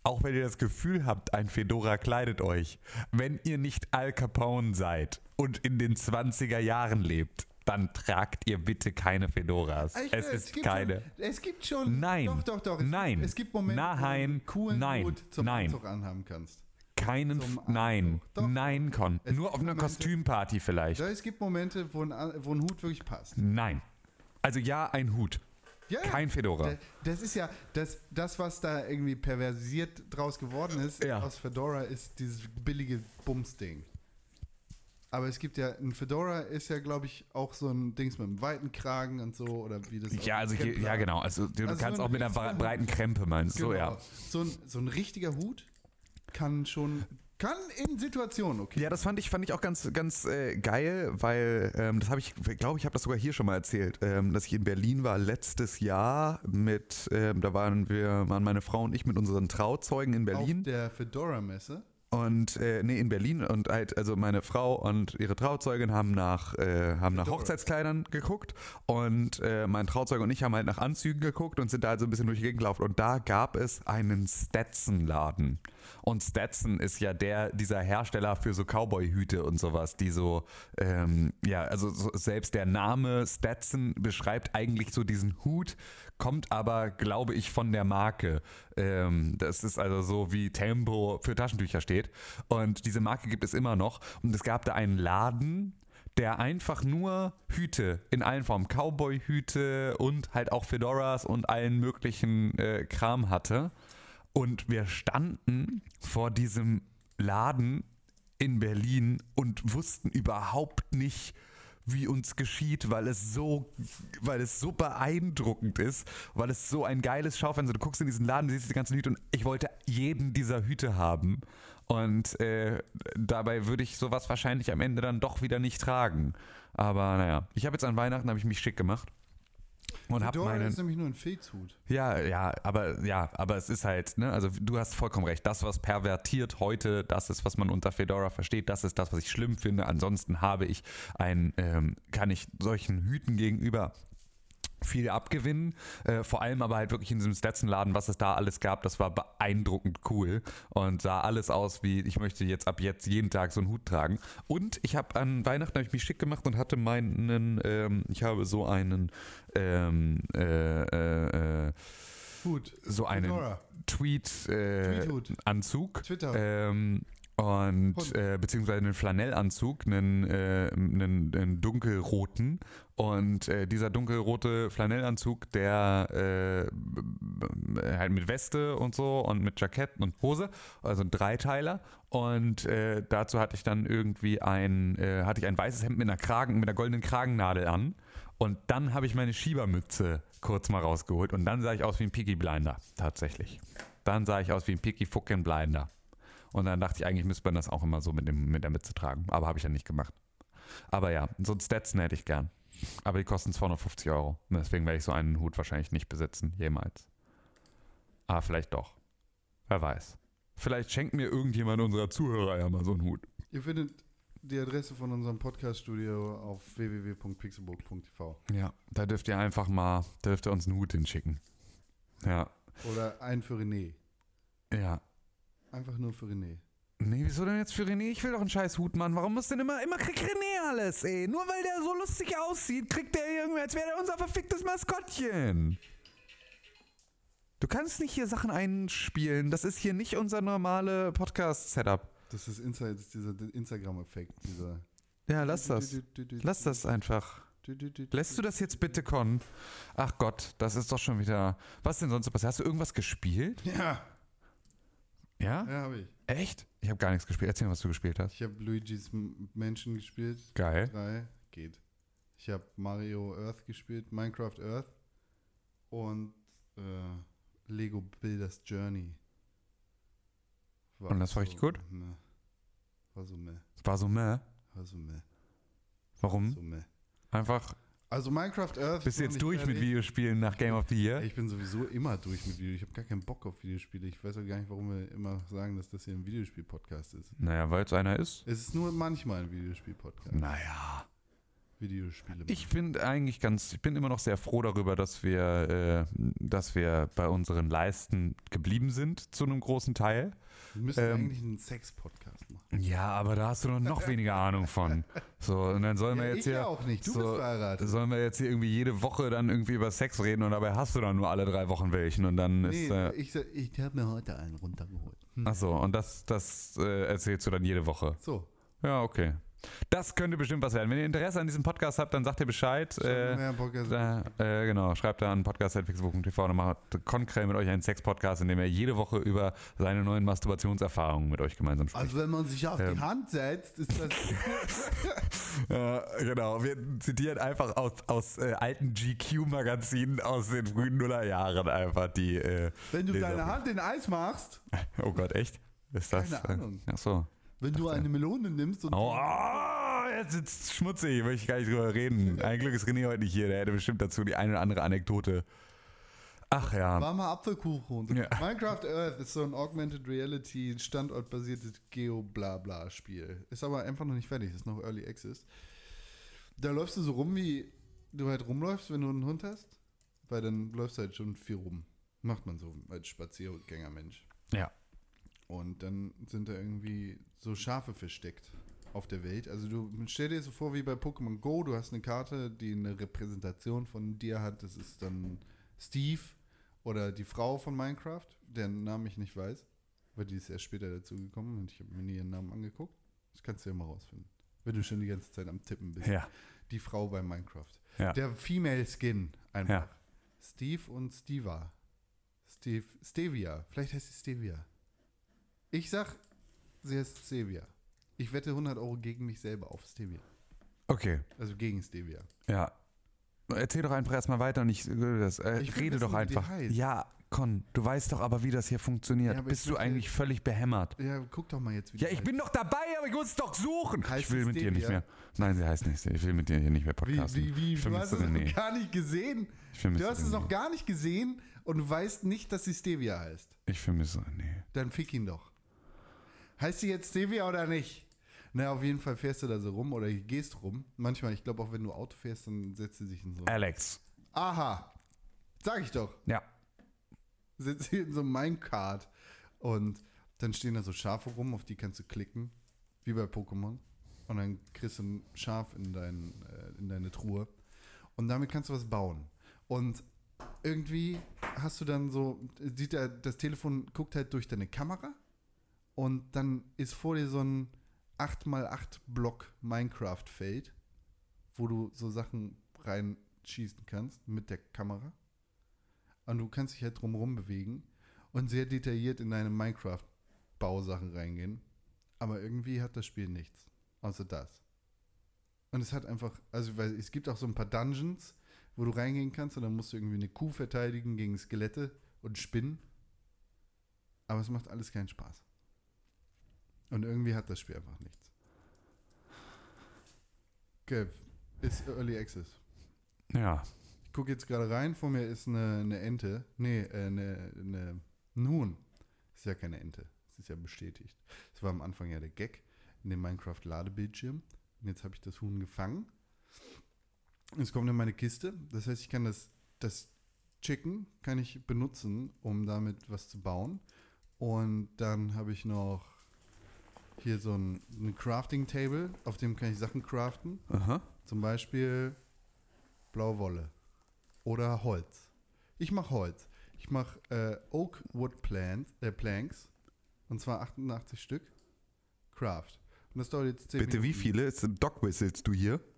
Speaker 3: Auch wenn ihr das Gefühl habt, ein Fedora kleidet euch, wenn ihr nicht Al Capone seid und in den 20er Jahren lebt, dann tragt ihr bitte keine Fedoras.
Speaker 2: Ah, ich-
Speaker 3: es ist
Speaker 2: gibt
Speaker 3: keine.
Speaker 2: Schon, es gibt schon.
Speaker 3: Nein.
Speaker 2: Doch, doch, doch. Es,
Speaker 3: Nein.
Speaker 2: Es gibt Momente,
Speaker 3: Nein.
Speaker 2: wo du einen coolen
Speaker 3: Nein.
Speaker 2: Hut zum
Speaker 3: Nein.
Speaker 2: Anzug anhaben kannst.
Speaker 3: Keinen.
Speaker 2: Zum
Speaker 3: F- Nein.
Speaker 2: Anzug. Doch.
Speaker 3: Nein, Con.
Speaker 2: Es
Speaker 3: Nur
Speaker 2: gibt
Speaker 3: auf einer
Speaker 2: Momente-
Speaker 3: Kostümparty vielleicht.
Speaker 2: Ja, es gibt Momente, wo ein, An- wo ein Hut wirklich passt.
Speaker 3: Nein. Also ja, ein Hut.
Speaker 2: Ja, ja.
Speaker 3: Kein Fedora.
Speaker 2: Da- Das ist ja, das, das, was da irgendwie perversiert draus geworden ist
Speaker 3: Ja.
Speaker 2: aus Fedora, ist dieses billige Bumsding. Aber es gibt ja, ein Fedora ist ja, glaube ich, auch so ein Dings mit einem weiten Kragen und so, oder wie das
Speaker 3: Ja,
Speaker 2: auch-
Speaker 3: also hier, ja, genau. Also du
Speaker 2: Also
Speaker 3: kannst
Speaker 2: so ein
Speaker 3: auch mit einer
Speaker 2: richtiger
Speaker 3: bre-
Speaker 2: Hut.
Speaker 3: breiten Krempe meinst
Speaker 2: Genau.
Speaker 3: so, ja.
Speaker 2: So ein, so ein richtiger Hut kann schon, kann in Situationen, okay.
Speaker 3: Ja, das fand ich, fand ich auch ganz, ganz äh, geil, weil ähm, das habe ich, glaube ich, habe das sogar hier schon mal erzählt, ähm, dass ich in Berlin war letztes Jahr mit, ähm, da waren wir, waren meine Frau und ich mit unseren Trauzeugen in Berlin.
Speaker 2: Auf der Fedora-Messe.
Speaker 3: Und äh, nee, in Berlin und halt, also meine Frau und ihre Trauzeugin haben nach, äh, haben nach Hochzeitskleidern geguckt und äh, mein Trauzeuge und ich haben halt nach Anzügen geguckt und sind da halt so ein bisschen durch die Gegend gelaufen. Und da gab es einen Stetson-Laden. Und Stetson ist ja der, dieser Hersteller für so Cowboy-Hüte und sowas, die so, ähm, ja, also so, selbst der Name Stetson beschreibt eigentlich so diesen Hut, kommt aber, glaube ich, von der Marke. Ähm, das ist also so wie Tempo für Taschentücher steht. Und diese Marke gibt es immer noch. Und es gab da einen Laden, der einfach nur Hüte in allen Formen, Cowboy-Hüte und halt auch Fedoras und allen möglichen äh, Kram hatte. Und wir standen vor diesem Laden in Berlin und wussten überhaupt nicht, wie uns geschieht, weil es so, weil es so beeindruckend ist, weil es so ein geiles Schaufenster. Du guckst in diesen Laden, siehst die ganzen Hüte und ich wollte jeden dieser Hüte haben. Und äh, dabei würde ich sowas wahrscheinlich am Ende dann doch wieder nicht tragen. Aber naja, ich habe jetzt an Weihnachten habe ich mich schick gemacht und habe
Speaker 2: Fedora
Speaker 3: meinen
Speaker 2: ist nämlich nur ein Filzhut.
Speaker 3: ja, ja, aber ja, aber es ist halt, ne, also du hast vollkommen recht. Das, was pervertiert heute, das ist, was man unter Fedora versteht, das ist das, was ich schlimm finde. Ansonsten habe ich ein, ähm, kann ich solchen Hüten gegenüber viel abgewinnen. Äh, vor allem aber halt wirklich in diesem Stetson-Laden, was es da alles gab, das war beeindruckend cool und sah alles aus wie, ich möchte jetzt ab jetzt jeden Tag so einen Hut tragen. Und ich habe an Weihnachten habe ich mich schick gemacht und hatte meinen, ähm, ich habe so einen, ähm, äh, äh, äh,
Speaker 2: Hut.
Speaker 3: so einen äh,
Speaker 2: Fedora. Genau. Tweethut.
Speaker 3: Tweet-Anzug.
Speaker 2: Twitter.
Speaker 3: ähm, und
Speaker 2: Hund.
Speaker 3: äh, beziehungsweise einen Flanellanzug, einen, äh, einen, einen dunkelroten. Und äh, dieser dunkelrote Flanellanzug, der äh, b- b- halt mit Weste und so und mit Jackett und Hose, also ein Dreiteiler. Und äh, dazu hatte ich dann irgendwie ein, äh, hatte ich ein weißes Hemd mit einer Kragen, mit einer goldenen Kragennadel an. Und dann habe ich meine Schiebermütze kurz mal rausgeholt und dann sah ich aus wie ein Peaky Blinder, tatsächlich. Dann sah ich aus wie ein Peaky Fucking Blinder. Und dann dachte ich, eigentlich müsste man das auch immer so mit, dem, mit der Mütze tragen. Aber habe ich ja nicht gemacht. Aber ja, so ein Stetson hätte ich gern. Aber die kosten 250 Euro. Und Deswegen werde ich so einen Hut wahrscheinlich nicht besitzen, jemals. Aber vielleicht doch. Wer weiß. Vielleicht schenkt mir irgendjemand unserer Zuhörer ja mal so einen Hut.
Speaker 2: Ihr findet die Adresse von unserem Podcast-Studio auf www.pixelburg.tv
Speaker 3: Ja. Da dürft ihr einfach mal, da dürft ihr uns einen Hut hinschicken. Ja.
Speaker 2: oder ein für René.
Speaker 3: Ja.
Speaker 2: Einfach nur für René.
Speaker 3: Nee, wieso denn jetzt für René? Ich will doch einen scheiß Hut, Mann. Warum muss denn immer, immer kriegt René alles, ey? Nur weil der so lustig aussieht, kriegt der irgendwie, als wäre der unser verficktes Maskottchen. Du kannst nicht hier Sachen einspielen. Das ist hier nicht unser normale Podcast-Setup.
Speaker 2: Das ist, Insta das ist dieser Instagram-Effekt. Dieser
Speaker 3: Ja, lass das. Lass das einfach. Lässt du das jetzt bitte, Con? Ach Gott, das ist doch schon wieder. Was denn sonst so passiert? Hast du irgendwas gespielt?
Speaker 2: Ja,
Speaker 3: Ja?
Speaker 2: ja habe ich.
Speaker 3: Echt? Ich habe gar nichts gespielt. Erzähl mir, was du gespielt hast.
Speaker 2: Ich habe Luigi's M- Mansion gespielt.
Speaker 3: Geil.
Speaker 2: Drei. Geht. Ich habe Mario Earth gespielt, Minecraft Earth und äh, Lego Builders Journey. War
Speaker 3: Und das war richtig gut?
Speaker 2: Meh. War so meh.
Speaker 3: War so meh.
Speaker 2: War so meh.
Speaker 3: Warum?
Speaker 2: So meh.
Speaker 3: Einfach
Speaker 2: Also Minecraft Earth.
Speaker 3: Hm? Bist du
Speaker 2: ist
Speaker 3: jetzt
Speaker 2: noch nicht
Speaker 3: durch mit
Speaker 2: fertig.
Speaker 3: Videospielen nach Game of the Year?
Speaker 2: Ich bin sowieso immer durch mit Videospielen. Ich habe gar keinen Bock auf Videospiele. Ich weiß auch gar nicht, warum wir immer sagen, dass das hier ein Videospiel-Podcast ist.
Speaker 3: Naja, weil es einer ist.
Speaker 2: Es ist nur manchmal ein Videospiel-Podcast.
Speaker 3: Naja.
Speaker 2: Videospiele.
Speaker 3: Ich bin eigentlich ganz, ich bin immer noch sehr froh darüber, dass wir, äh, dass wir bei unseren Leisten geblieben sind zu einem großen Teil.
Speaker 2: wir müssen
Speaker 3: ähm,
Speaker 2: eigentlich einen Sex-Podcast machen.
Speaker 3: Ja, aber da hast du noch, noch weniger Ahnung von. So, und dann sollen wir
Speaker 2: Ja,
Speaker 3: jetzt
Speaker 2: ich
Speaker 3: hier.
Speaker 2: ja auch nicht. Du bist verheiratet.
Speaker 3: Sollen wir jetzt hier irgendwie jede Woche dann irgendwie über Sex reden und dabei hast du dann nur alle drei Wochen welchen und dann
Speaker 2: Nee,
Speaker 3: ist. Äh,
Speaker 2: ich, ich habe mir heute einen runtergeholt.
Speaker 3: achso, und das, das äh, erzählst du dann jede Woche.
Speaker 2: So,
Speaker 3: Ja, okay. Das könnte bestimmt was werden. Wenn ihr Interesse an diesem Podcast habt, dann sagt ihr Bescheid. Äh,
Speaker 2: mehr Podcast.
Speaker 3: Da, äh, genau, schreibt da an podcast.pixelbook.tv und dann macht Konkret mit euch einen Sex-Podcast, in dem er jede Woche über seine neuen Masturbationserfahrungen mit euch gemeinsam spricht.
Speaker 2: also wenn man sich auf die
Speaker 3: Ähm.
Speaker 2: Hand setzt,
Speaker 3: (laughs)
Speaker 2: ist das
Speaker 3: Äh, genau, wir zitieren einfach aus, aus äh, alten GQ-Magazinen aus den frühen Nullerjahren einfach die. Äh,
Speaker 2: Wenn du
Speaker 3: Leser-
Speaker 2: deine Hand in Eis machst,
Speaker 3: Oh Gott, echt? Ist das?
Speaker 2: Keine Ahnung.
Speaker 3: Äh, ach so.
Speaker 2: wenn du eine Melone nimmst und
Speaker 3: Oh, ah, jetzt ist schmutzig, möchte ich gar nicht drüber reden. Ein Glück ist René heute nicht hier, der hätte bestimmt dazu die eine oder andere Anekdote. Ach ja.
Speaker 2: warmer Apfelkuchen. Und so.
Speaker 3: Ja.
Speaker 2: Minecraft Earth ist so ein Augmented Reality standortbasiertes Geo-Blabla-Spiel. Ist aber einfach noch nicht fertig, ist noch Early Access. Da läufst du so rum, wie du halt rumläufst, wenn du einen Hund hast. Weil dann läufst du halt schon viel rum. Macht man so als Spaziergängermensch.
Speaker 3: Ja.
Speaker 2: Und dann sind da irgendwie so Schafe versteckt auf der Welt. Also du stell dir so vor wie bei Pokémon Go, du hast eine Karte, die eine Repräsentation von dir hat. Das ist dann Steve oder die Frau von Minecraft, deren Namen ich nicht weiß, weil die ist erst später dazugekommen und ich habe mir nie ihren Namen angeguckt. Das kannst du ja mal rausfinden, wenn du schon die ganze Zeit am Tippen bist.
Speaker 3: Ja.
Speaker 2: Die Frau bei Minecraft.
Speaker 3: Ja.
Speaker 2: Der Female Skin einfach.
Speaker 3: Ja.
Speaker 2: Steve und Steva. Steve, Stevia. Vielleicht heißt sie Stevia. Ich sag, sie heißt Stevia. Ich wette 100 Euro gegen mich selber auf Stevia.
Speaker 3: Okay.
Speaker 2: Also gegen Stevia.
Speaker 3: Ja. Erzähl doch einfach erstmal weiter und ich, äh, das, äh,
Speaker 2: Ich will
Speaker 3: rede
Speaker 2: wissen,
Speaker 3: doch
Speaker 2: wie die
Speaker 3: einfach.
Speaker 2: heißt.
Speaker 3: Ja, Con, du weißt doch aber, wie das hier funktioniert.
Speaker 2: Ja, aber
Speaker 3: Bist
Speaker 2: ich
Speaker 3: du
Speaker 2: möchte-
Speaker 3: eigentlich völlig behämmert?
Speaker 2: Ja, guck doch mal jetzt wieder.
Speaker 3: Ja, ich bin doch dabei, aber ich muss es doch suchen.
Speaker 2: halt Heißt
Speaker 3: ich will
Speaker 2: es
Speaker 3: mit dir nicht
Speaker 2: Stevia?
Speaker 3: mehr. Nein, sie heißt nicht. Ich will mit dir hier nicht mehr
Speaker 2: Wie,
Speaker 3: podcasten.
Speaker 2: wie, wie?
Speaker 3: ich
Speaker 2: Du hast
Speaker 3: vermisse
Speaker 2: es noch
Speaker 3: René.
Speaker 2: gar nicht gesehen.
Speaker 3: Ich vermisse
Speaker 2: Du hast es
Speaker 3: René.
Speaker 2: noch gar nicht gesehen und du weißt nicht, dass sie Stevia heißt.
Speaker 3: Ich vermisse René.
Speaker 2: Dann fick ihn doch. Heißt sie jetzt Stevia oder nicht? Na, auf jeden Fall fährst du da so rum oder gehst rum. Manchmal, ich glaube auch, wenn du Auto fährst, dann setzt sie sich in so.
Speaker 3: Alex.
Speaker 2: Aha. Sag ich doch.
Speaker 3: Ja.
Speaker 2: Sitzt sie in so einem Minecart. Und dann stehen da so Schafe rum, auf die kannst du klicken. Wie bei Pokémon. Und dann kriegst du ein Schaf in, dein, äh, in deine Truhe. Und damit kannst du was bauen. Und irgendwie hast du dann so, sieht er, das Telefon guckt halt durch deine Kamera. Und dann ist vor dir so ein 8x8 Block Minecraft-Feld, wo du so Sachen reinschießen kannst mit der Kamera. Und du kannst dich halt drumherum bewegen und sehr detailliert in deine Minecraft-Bausachen reingehen. Aber irgendwie hat das Spiel nichts, außer das. Und es hat einfach, also weil es gibt auch so ein paar Dungeons, wo du reingehen kannst und dann musst du irgendwie eine Kuh verteidigen gegen Skelette und Spinnen. Aber es macht alles keinen Spaß. Und irgendwie hat das Spiel einfach nichts. Okay, ist Early Access.
Speaker 3: Ja.
Speaker 2: Ich gucke jetzt gerade rein, vor mir ist eine, eine Ente. Nee, äh, eine, eine, ein Huhn. Ist ja keine Ente. Es ist ja bestätigt. Das war am Anfang ja der Gag in dem Minecraft-Ladebildschirm. Und jetzt habe ich das Huhn gefangen. Es kommt in meine Kiste. Das heißt, ich kann das, das Chicken kann ich benutzen, um damit was zu bauen. Und dann habe ich noch hier so ein, ein Crafting-Table, auf dem kann ich Sachen craften.
Speaker 3: Aha.
Speaker 2: Zum Beispiel Blauwolle oder Holz. Ich mache Holz. Ich mache äh, Oak Wood Plant, äh, Planks und zwar 88 Stück. Craft. Und das dauert jetzt 10
Speaker 3: Bitte, wie
Speaker 2: Minuten.
Speaker 3: viele Dog whistlest du hier?
Speaker 2: (laughs)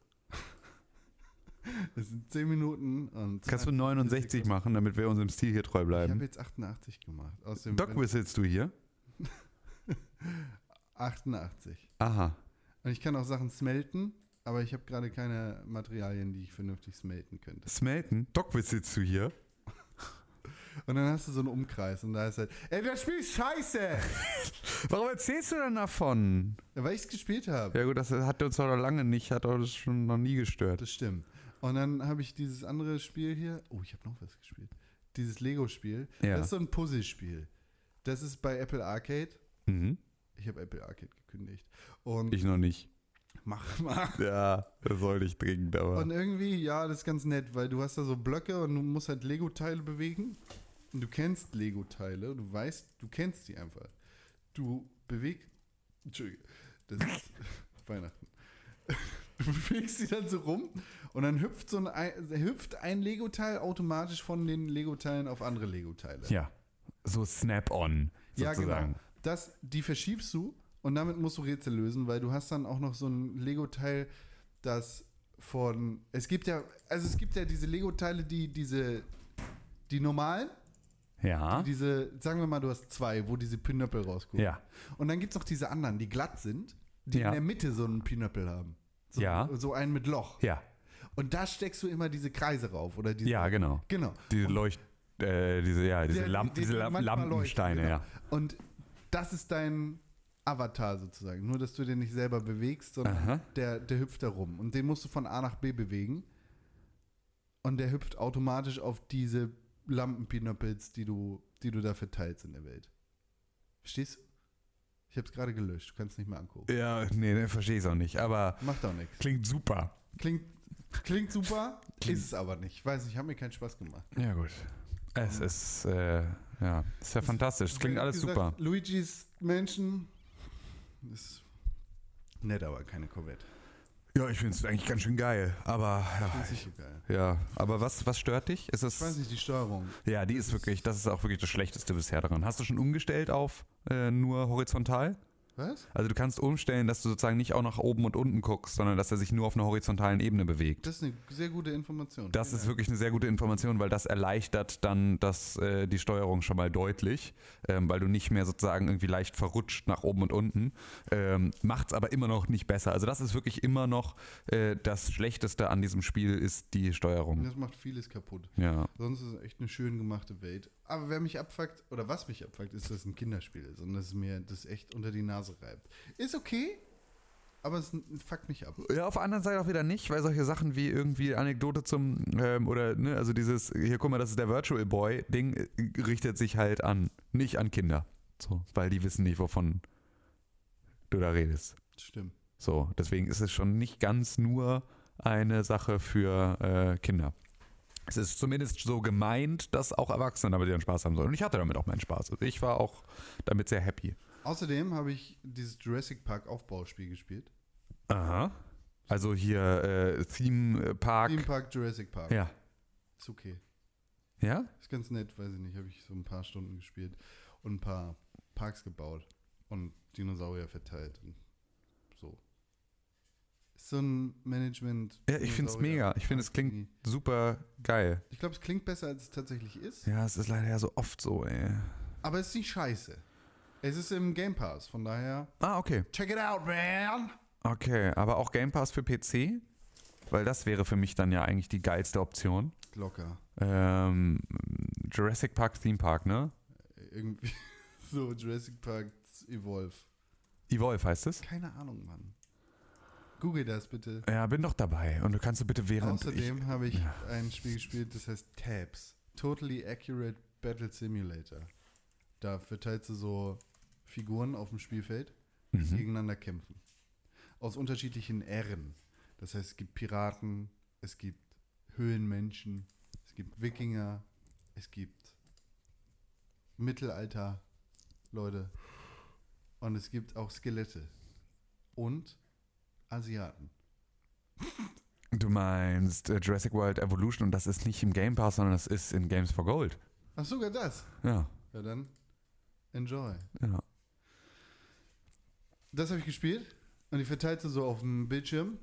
Speaker 2: Das sind 10 Minuten und
Speaker 3: Kannst du 69 machen, damit wir unserem Stil hier treu
Speaker 2: Ich habe
Speaker 3: bleiben?
Speaker 2: jetzt 88 gemacht. Aus dem
Speaker 3: Dog whistlest du hier?
Speaker 2: 88.
Speaker 3: Aha.
Speaker 2: Und ich kann auch Sachen smelten, aber ich habe gerade keine Materialien, die ich vernünftig smelten könnte.
Speaker 3: Smelten? Dog whistlest du hier?
Speaker 2: Und dann hast du so einen Umkreis und da ist halt, ey, das Spiel ist scheiße! (laughs)
Speaker 3: Warum erzählst du denn davon?
Speaker 2: Weil ich es gespielt habe.
Speaker 3: Ja gut, das hat uns doch noch lange nicht, hat uns schon noch nie gestört.
Speaker 2: Das stimmt. Und dann habe ich dieses andere Spiel hier. Oh, ich habe noch was gespielt. Dieses Lego-Spiel.
Speaker 3: Ja.
Speaker 2: Das ist so ein Puzzlespiel. Das ist bei Apple Arcade.
Speaker 3: Mhm.
Speaker 2: Ich habe Apple Arcade gekündigt. Und
Speaker 3: Ich noch nicht.
Speaker 2: mach mal.
Speaker 3: Ja, das sollte ich dringend, aber.
Speaker 2: Und irgendwie, ja, das ist ganz nett, weil du hast da so Blöcke und du musst halt Lego-Teile bewegen. Und du kennst Lego-Teile, du weißt, du kennst die einfach. Du bewegst. Entschuldige, das ist (laughs) Weihnachten. Du bewegst die dann so rum und dann hüpft so ein, ein- hüpft ein Lego-Teil automatisch von den Lego-Teilen auf andere Lego-Teile.
Speaker 3: ja. So Snap-on. Sozusagen.
Speaker 2: genau. Das, die verschiebst du und damit musst du Rätsel lösen, weil du hast dann auch noch so ein Lego-Teil, das von. Es gibt ja, also es gibt ja diese Lego-Teile, die diese, die normalen,
Speaker 3: Ja.
Speaker 2: diese, sagen wir mal, du hast zwei, wo diese Pinöppel rausgucken.
Speaker 3: Ah. Ja.
Speaker 2: Und dann gibt es noch diese anderen, die glatt sind, die
Speaker 3: Ja.
Speaker 2: in der Mitte so einen Pinöppel haben. So,
Speaker 3: Ja.
Speaker 2: so einen mit Loch.
Speaker 3: Ja.
Speaker 2: Und da steckst du immer diese Kreise rauf oder diese.
Speaker 3: Ja, genau.
Speaker 2: Genau.
Speaker 3: Diese Leucht. Äh, diese, ja, diese,
Speaker 2: Der-
Speaker 3: Lamp
Speaker 2: die-
Speaker 3: diese
Speaker 2: die
Speaker 3: Lamp
Speaker 2: manchmal
Speaker 3: Lampensteine,
Speaker 2: leuchten,
Speaker 3: ja.
Speaker 2: genau. Und das ist dein Avatar sozusagen. Nur, dass du den nicht selber bewegst,
Speaker 3: Aha.
Speaker 2: sondern der, der hüpft da rum. Und den musst du von A nach B bewegen. Und der hüpft automatisch auf diese Lampenpinöppels, die du, die du da verteilst in der Welt. Verstehst du? Ich hab's gerade gelöscht. Du kannst nicht mehr angucken.
Speaker 3: Ja, nee, nee verstehe ich auch nicht. Aber
Speaker 2: Macht auch nichts.
Speaker 3: klingt super.
Speaker 2: Klingt, klingt super, ist es aber nicht. Ich weiß nicht, hat mir keinen Spaß gemacht.
Speaker 3: Ja, gut. Es ist, äh, ja, ist ja fantastisch. Es klingt
Speaker 2: Wie
Speaker 3: alles
Speaker 2: gesagt,
Speaker 3: super.
Speaker 2: Luigi's Mansion ist nett, aber keine Corvette.
Speaker 3: Ja, ich finde es eigentlich ganz schön geil. Aber, ja.
Speaker 2: Das ist so geil.
Speaker 3: ja. Aber was, was stört dich? Ist
Speaker 2: Ich weiß
Speaker 3: es,
Speaker 2: nicht, die Steuerung.
Speaker 3: ja, die ist wirklich, das ist auch wirklich das Schlechteste bisher daran. Hast du schon umgestellt auf äh, nur horizontal?
Speaker 2: Was?
Speaker 3: Also du kannst umstellen, dass du sozusagen nicht auch nach oben und unten guckst, sondern dass er sich nur auf einer horizontalen Ebene bewegt.
Speaker 2: Das ist eine sehr gute Information.
Speaker 3: Das ist wirklich eine sehr gute Information, weil das erleichtert dann das, äh, die Steuerung schon mal deutlich, ähm, weil du nicht mehr sozusagen irgendwie leicht verrutscht nach oben und unten. Ähm, Macht es aber immer noch nicht besser. Also das ist wirklich immer noch äh, das Schlechteste an diesem Spiel ist die Steuerung.
Speaker 2: Das macht vieles kaputt.
Speaker 3: Ja.
Speaker 2: Sonst ist es echt eine schön gemachte Welt. Aber wer mich abfuckt, oder was mich abfuckt, ist, dass es ein Kinderspiel ist und dass es mir das echt unter die Nase reibt. Ist okay, aber es fuckt mich ab.
Speaker 3: Ja, auf der anderen Seite auch wieder nicht, weil solche Sachen wie irgendwie Anekdote zum, ähm, oder, ne, also dieses, hier guck mal, das ist der Virtual Boy-Ding, äh, richtet sich halt an, nicht an Kinder. So, weil die wissen nicht, wovon du da redest.
Speaker 2: Stimmt.
Speaker 3: So, deswegen ist es schon nicht ganz nur eine Sache für äh, Kinder. Es ist zumindest so gemeint, dass auch Erwachsene damit ihren Spaß haben sollen. Und ich hatte damit auch meinen Spaß. Also ich war auch damit sehr happy.
Speaker 2: Außerdem habe ich dieses Jurassic Park Aufbauspiel gespielt.
Speaker 3: Aha. Also hier äh, Theme Park.
Speaker 2: Theme Park Jurassic Park.
Speaker 3: Ja.
Speaker 2: Ist okay.
Speaker 3: Ja?
Speaker 2: Ist ganz nett, weiß ich nicht. Habe ich so ein paar Stunden gespielt und ein paar Parks gebaut und Dinosaurier verteilt und so. Ist so ein Management.
Speaker 3: Ja, ich find's mega. Ich find, es klingt- Super geil.
Speaker 2: Ich glaube, es klingt besser, als es tatsächlich ist.
Speaker 3: Ja, es ist leider ja so oft so, ey.
Speaker 2: Aber es ist nicht scheiße. Es ist im Game Pass, von daher.
Speaker 3: Ah, okay.
Speaker 2: Check it out, man!
Speaker 3: Okay, aber auch Game Pass für PC? Weil das wäre für mich dann ja eigentlich die geilste Option.
Speaker 2: Locker.
Speaker 3: Ähm, Jurassic Park Theme Park, ne?
Speaker 2: Irgendwie. (laughs) So, Jurassic Park Evolve.
Speaker 3: Evolve heißt es?
Speaker 2: Keine Ahnung, Mann. Google das bitte.
Speaker 3: Ja, bin doch dabei. Und du kannst du bitte während
Speaker 2: Außerdem habe ich
Speaker 3: Ja.
Speaker 2: ein Spiel gespielt, das heißt Tabs. Totally Accurate Battle Simulator. Da verteilst du so Figuren auf dem Spielfeld, die
Speaker 3: Mhm.
Speaker 2: gegeneinander kämpfen. Aus unterschiedlichen Ähren. Das heißt, es gibt Piraten, es gibt Höhlenmenschen, es gibt Wikinger, es gibt Mittelalter, Leute. Und es gibt auch Skelette. Und Asiaten.
Speaker 3: ich... Du meinst äh, Jurassic World Evolution und das ist nicht im Game Pass, sondern das ist in Games for Gold.
Speaker 2: Ach, sogar das.
Speaker 3: Ja,
Speaker 2: Ja, dann enjoy.
Speaker 3: ja.
Speaker 2: Das habe ich gespielt und die verteilte so auf dem Bildschirm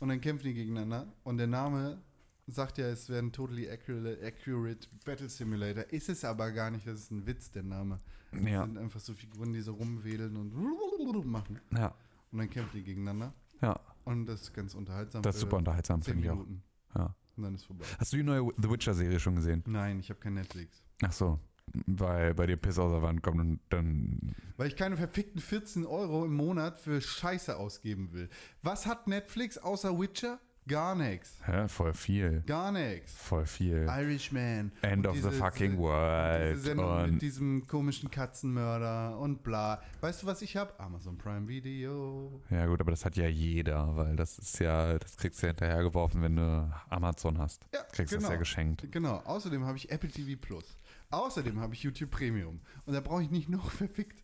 Speaker 2: und dann kämpfen die gegeneinander. Und der Name sagt ja, es wäre ein totally accurate, accurate Battle Simulator. Ist es aber gar nicht, das ist ein Witz, der Name. Das
Speaker 3: Ja,
Speaker 2: sind einfach so Figuren, die so rumwedeln und machen.
Speaker 3: ja,
Speaker 2: Und dann kämpfen die gegeneinander.
Speaker 3: ja.
Speaker 2: Und das ist ganz unterhaltsam.
Speaker 3: Das ist
Speaker 2: für
Speaker 3: super unterhaltsam,
Speaker 2: 10
Speaker 3: finde ich auch.
Speaker 2: Äh, Minuten.
Speaker 3: Ja.
Speaker 2: Und dann ist vorbei.
Speaker 3: Hast du die neue The Witcher-Serie schon gesehen?
Speaker 2: Nein, ich habe kein Netflix.
Speaker 3: Ach so, weil bei dir Piss aus der Wand kommt und dann...
Speaker 2: Weil ich keine verfickten 14 Euro im Monat für Scheiße ausgeben will. Was hat Netflix außer Witcher? Gar nichts.
Speaker 3: Hä? Voll viel.
Speaker 2: Gar nichts.
Speaker 3: Voll viel.
Speaker 2: Irishman.
Speaker 3: End
Speaker 2: Ah, Und
Speaker 3: of the
Speaker 2: diese-
Speaker 3: fucking
Speaker 2: diese-
Speaker 3: world.
Speaker 2: Diese Sendung
Speaker 3: Und-
Speaker 2: mit diesem komischen Katzenmörder und bla. Weißt du, was ich habe? Amazon Prime Video.
Speaker 3: Ja gut, aber das hat ja jeder, weil das ist ja, das kriegst du ja hinterhergeworfen, wenn du Amazon hast.
Speaker 2: Ja,
Speaker 3: kriegst das
Speaker 2: genau.
Speaker 3: ja geschenkt.
Speaker 2: Genau. Außerdem habe ich Apple TV Plus. Außerdem habe ich YouTube Premium. Und da brauche ich nicht noch (laughs) verfickt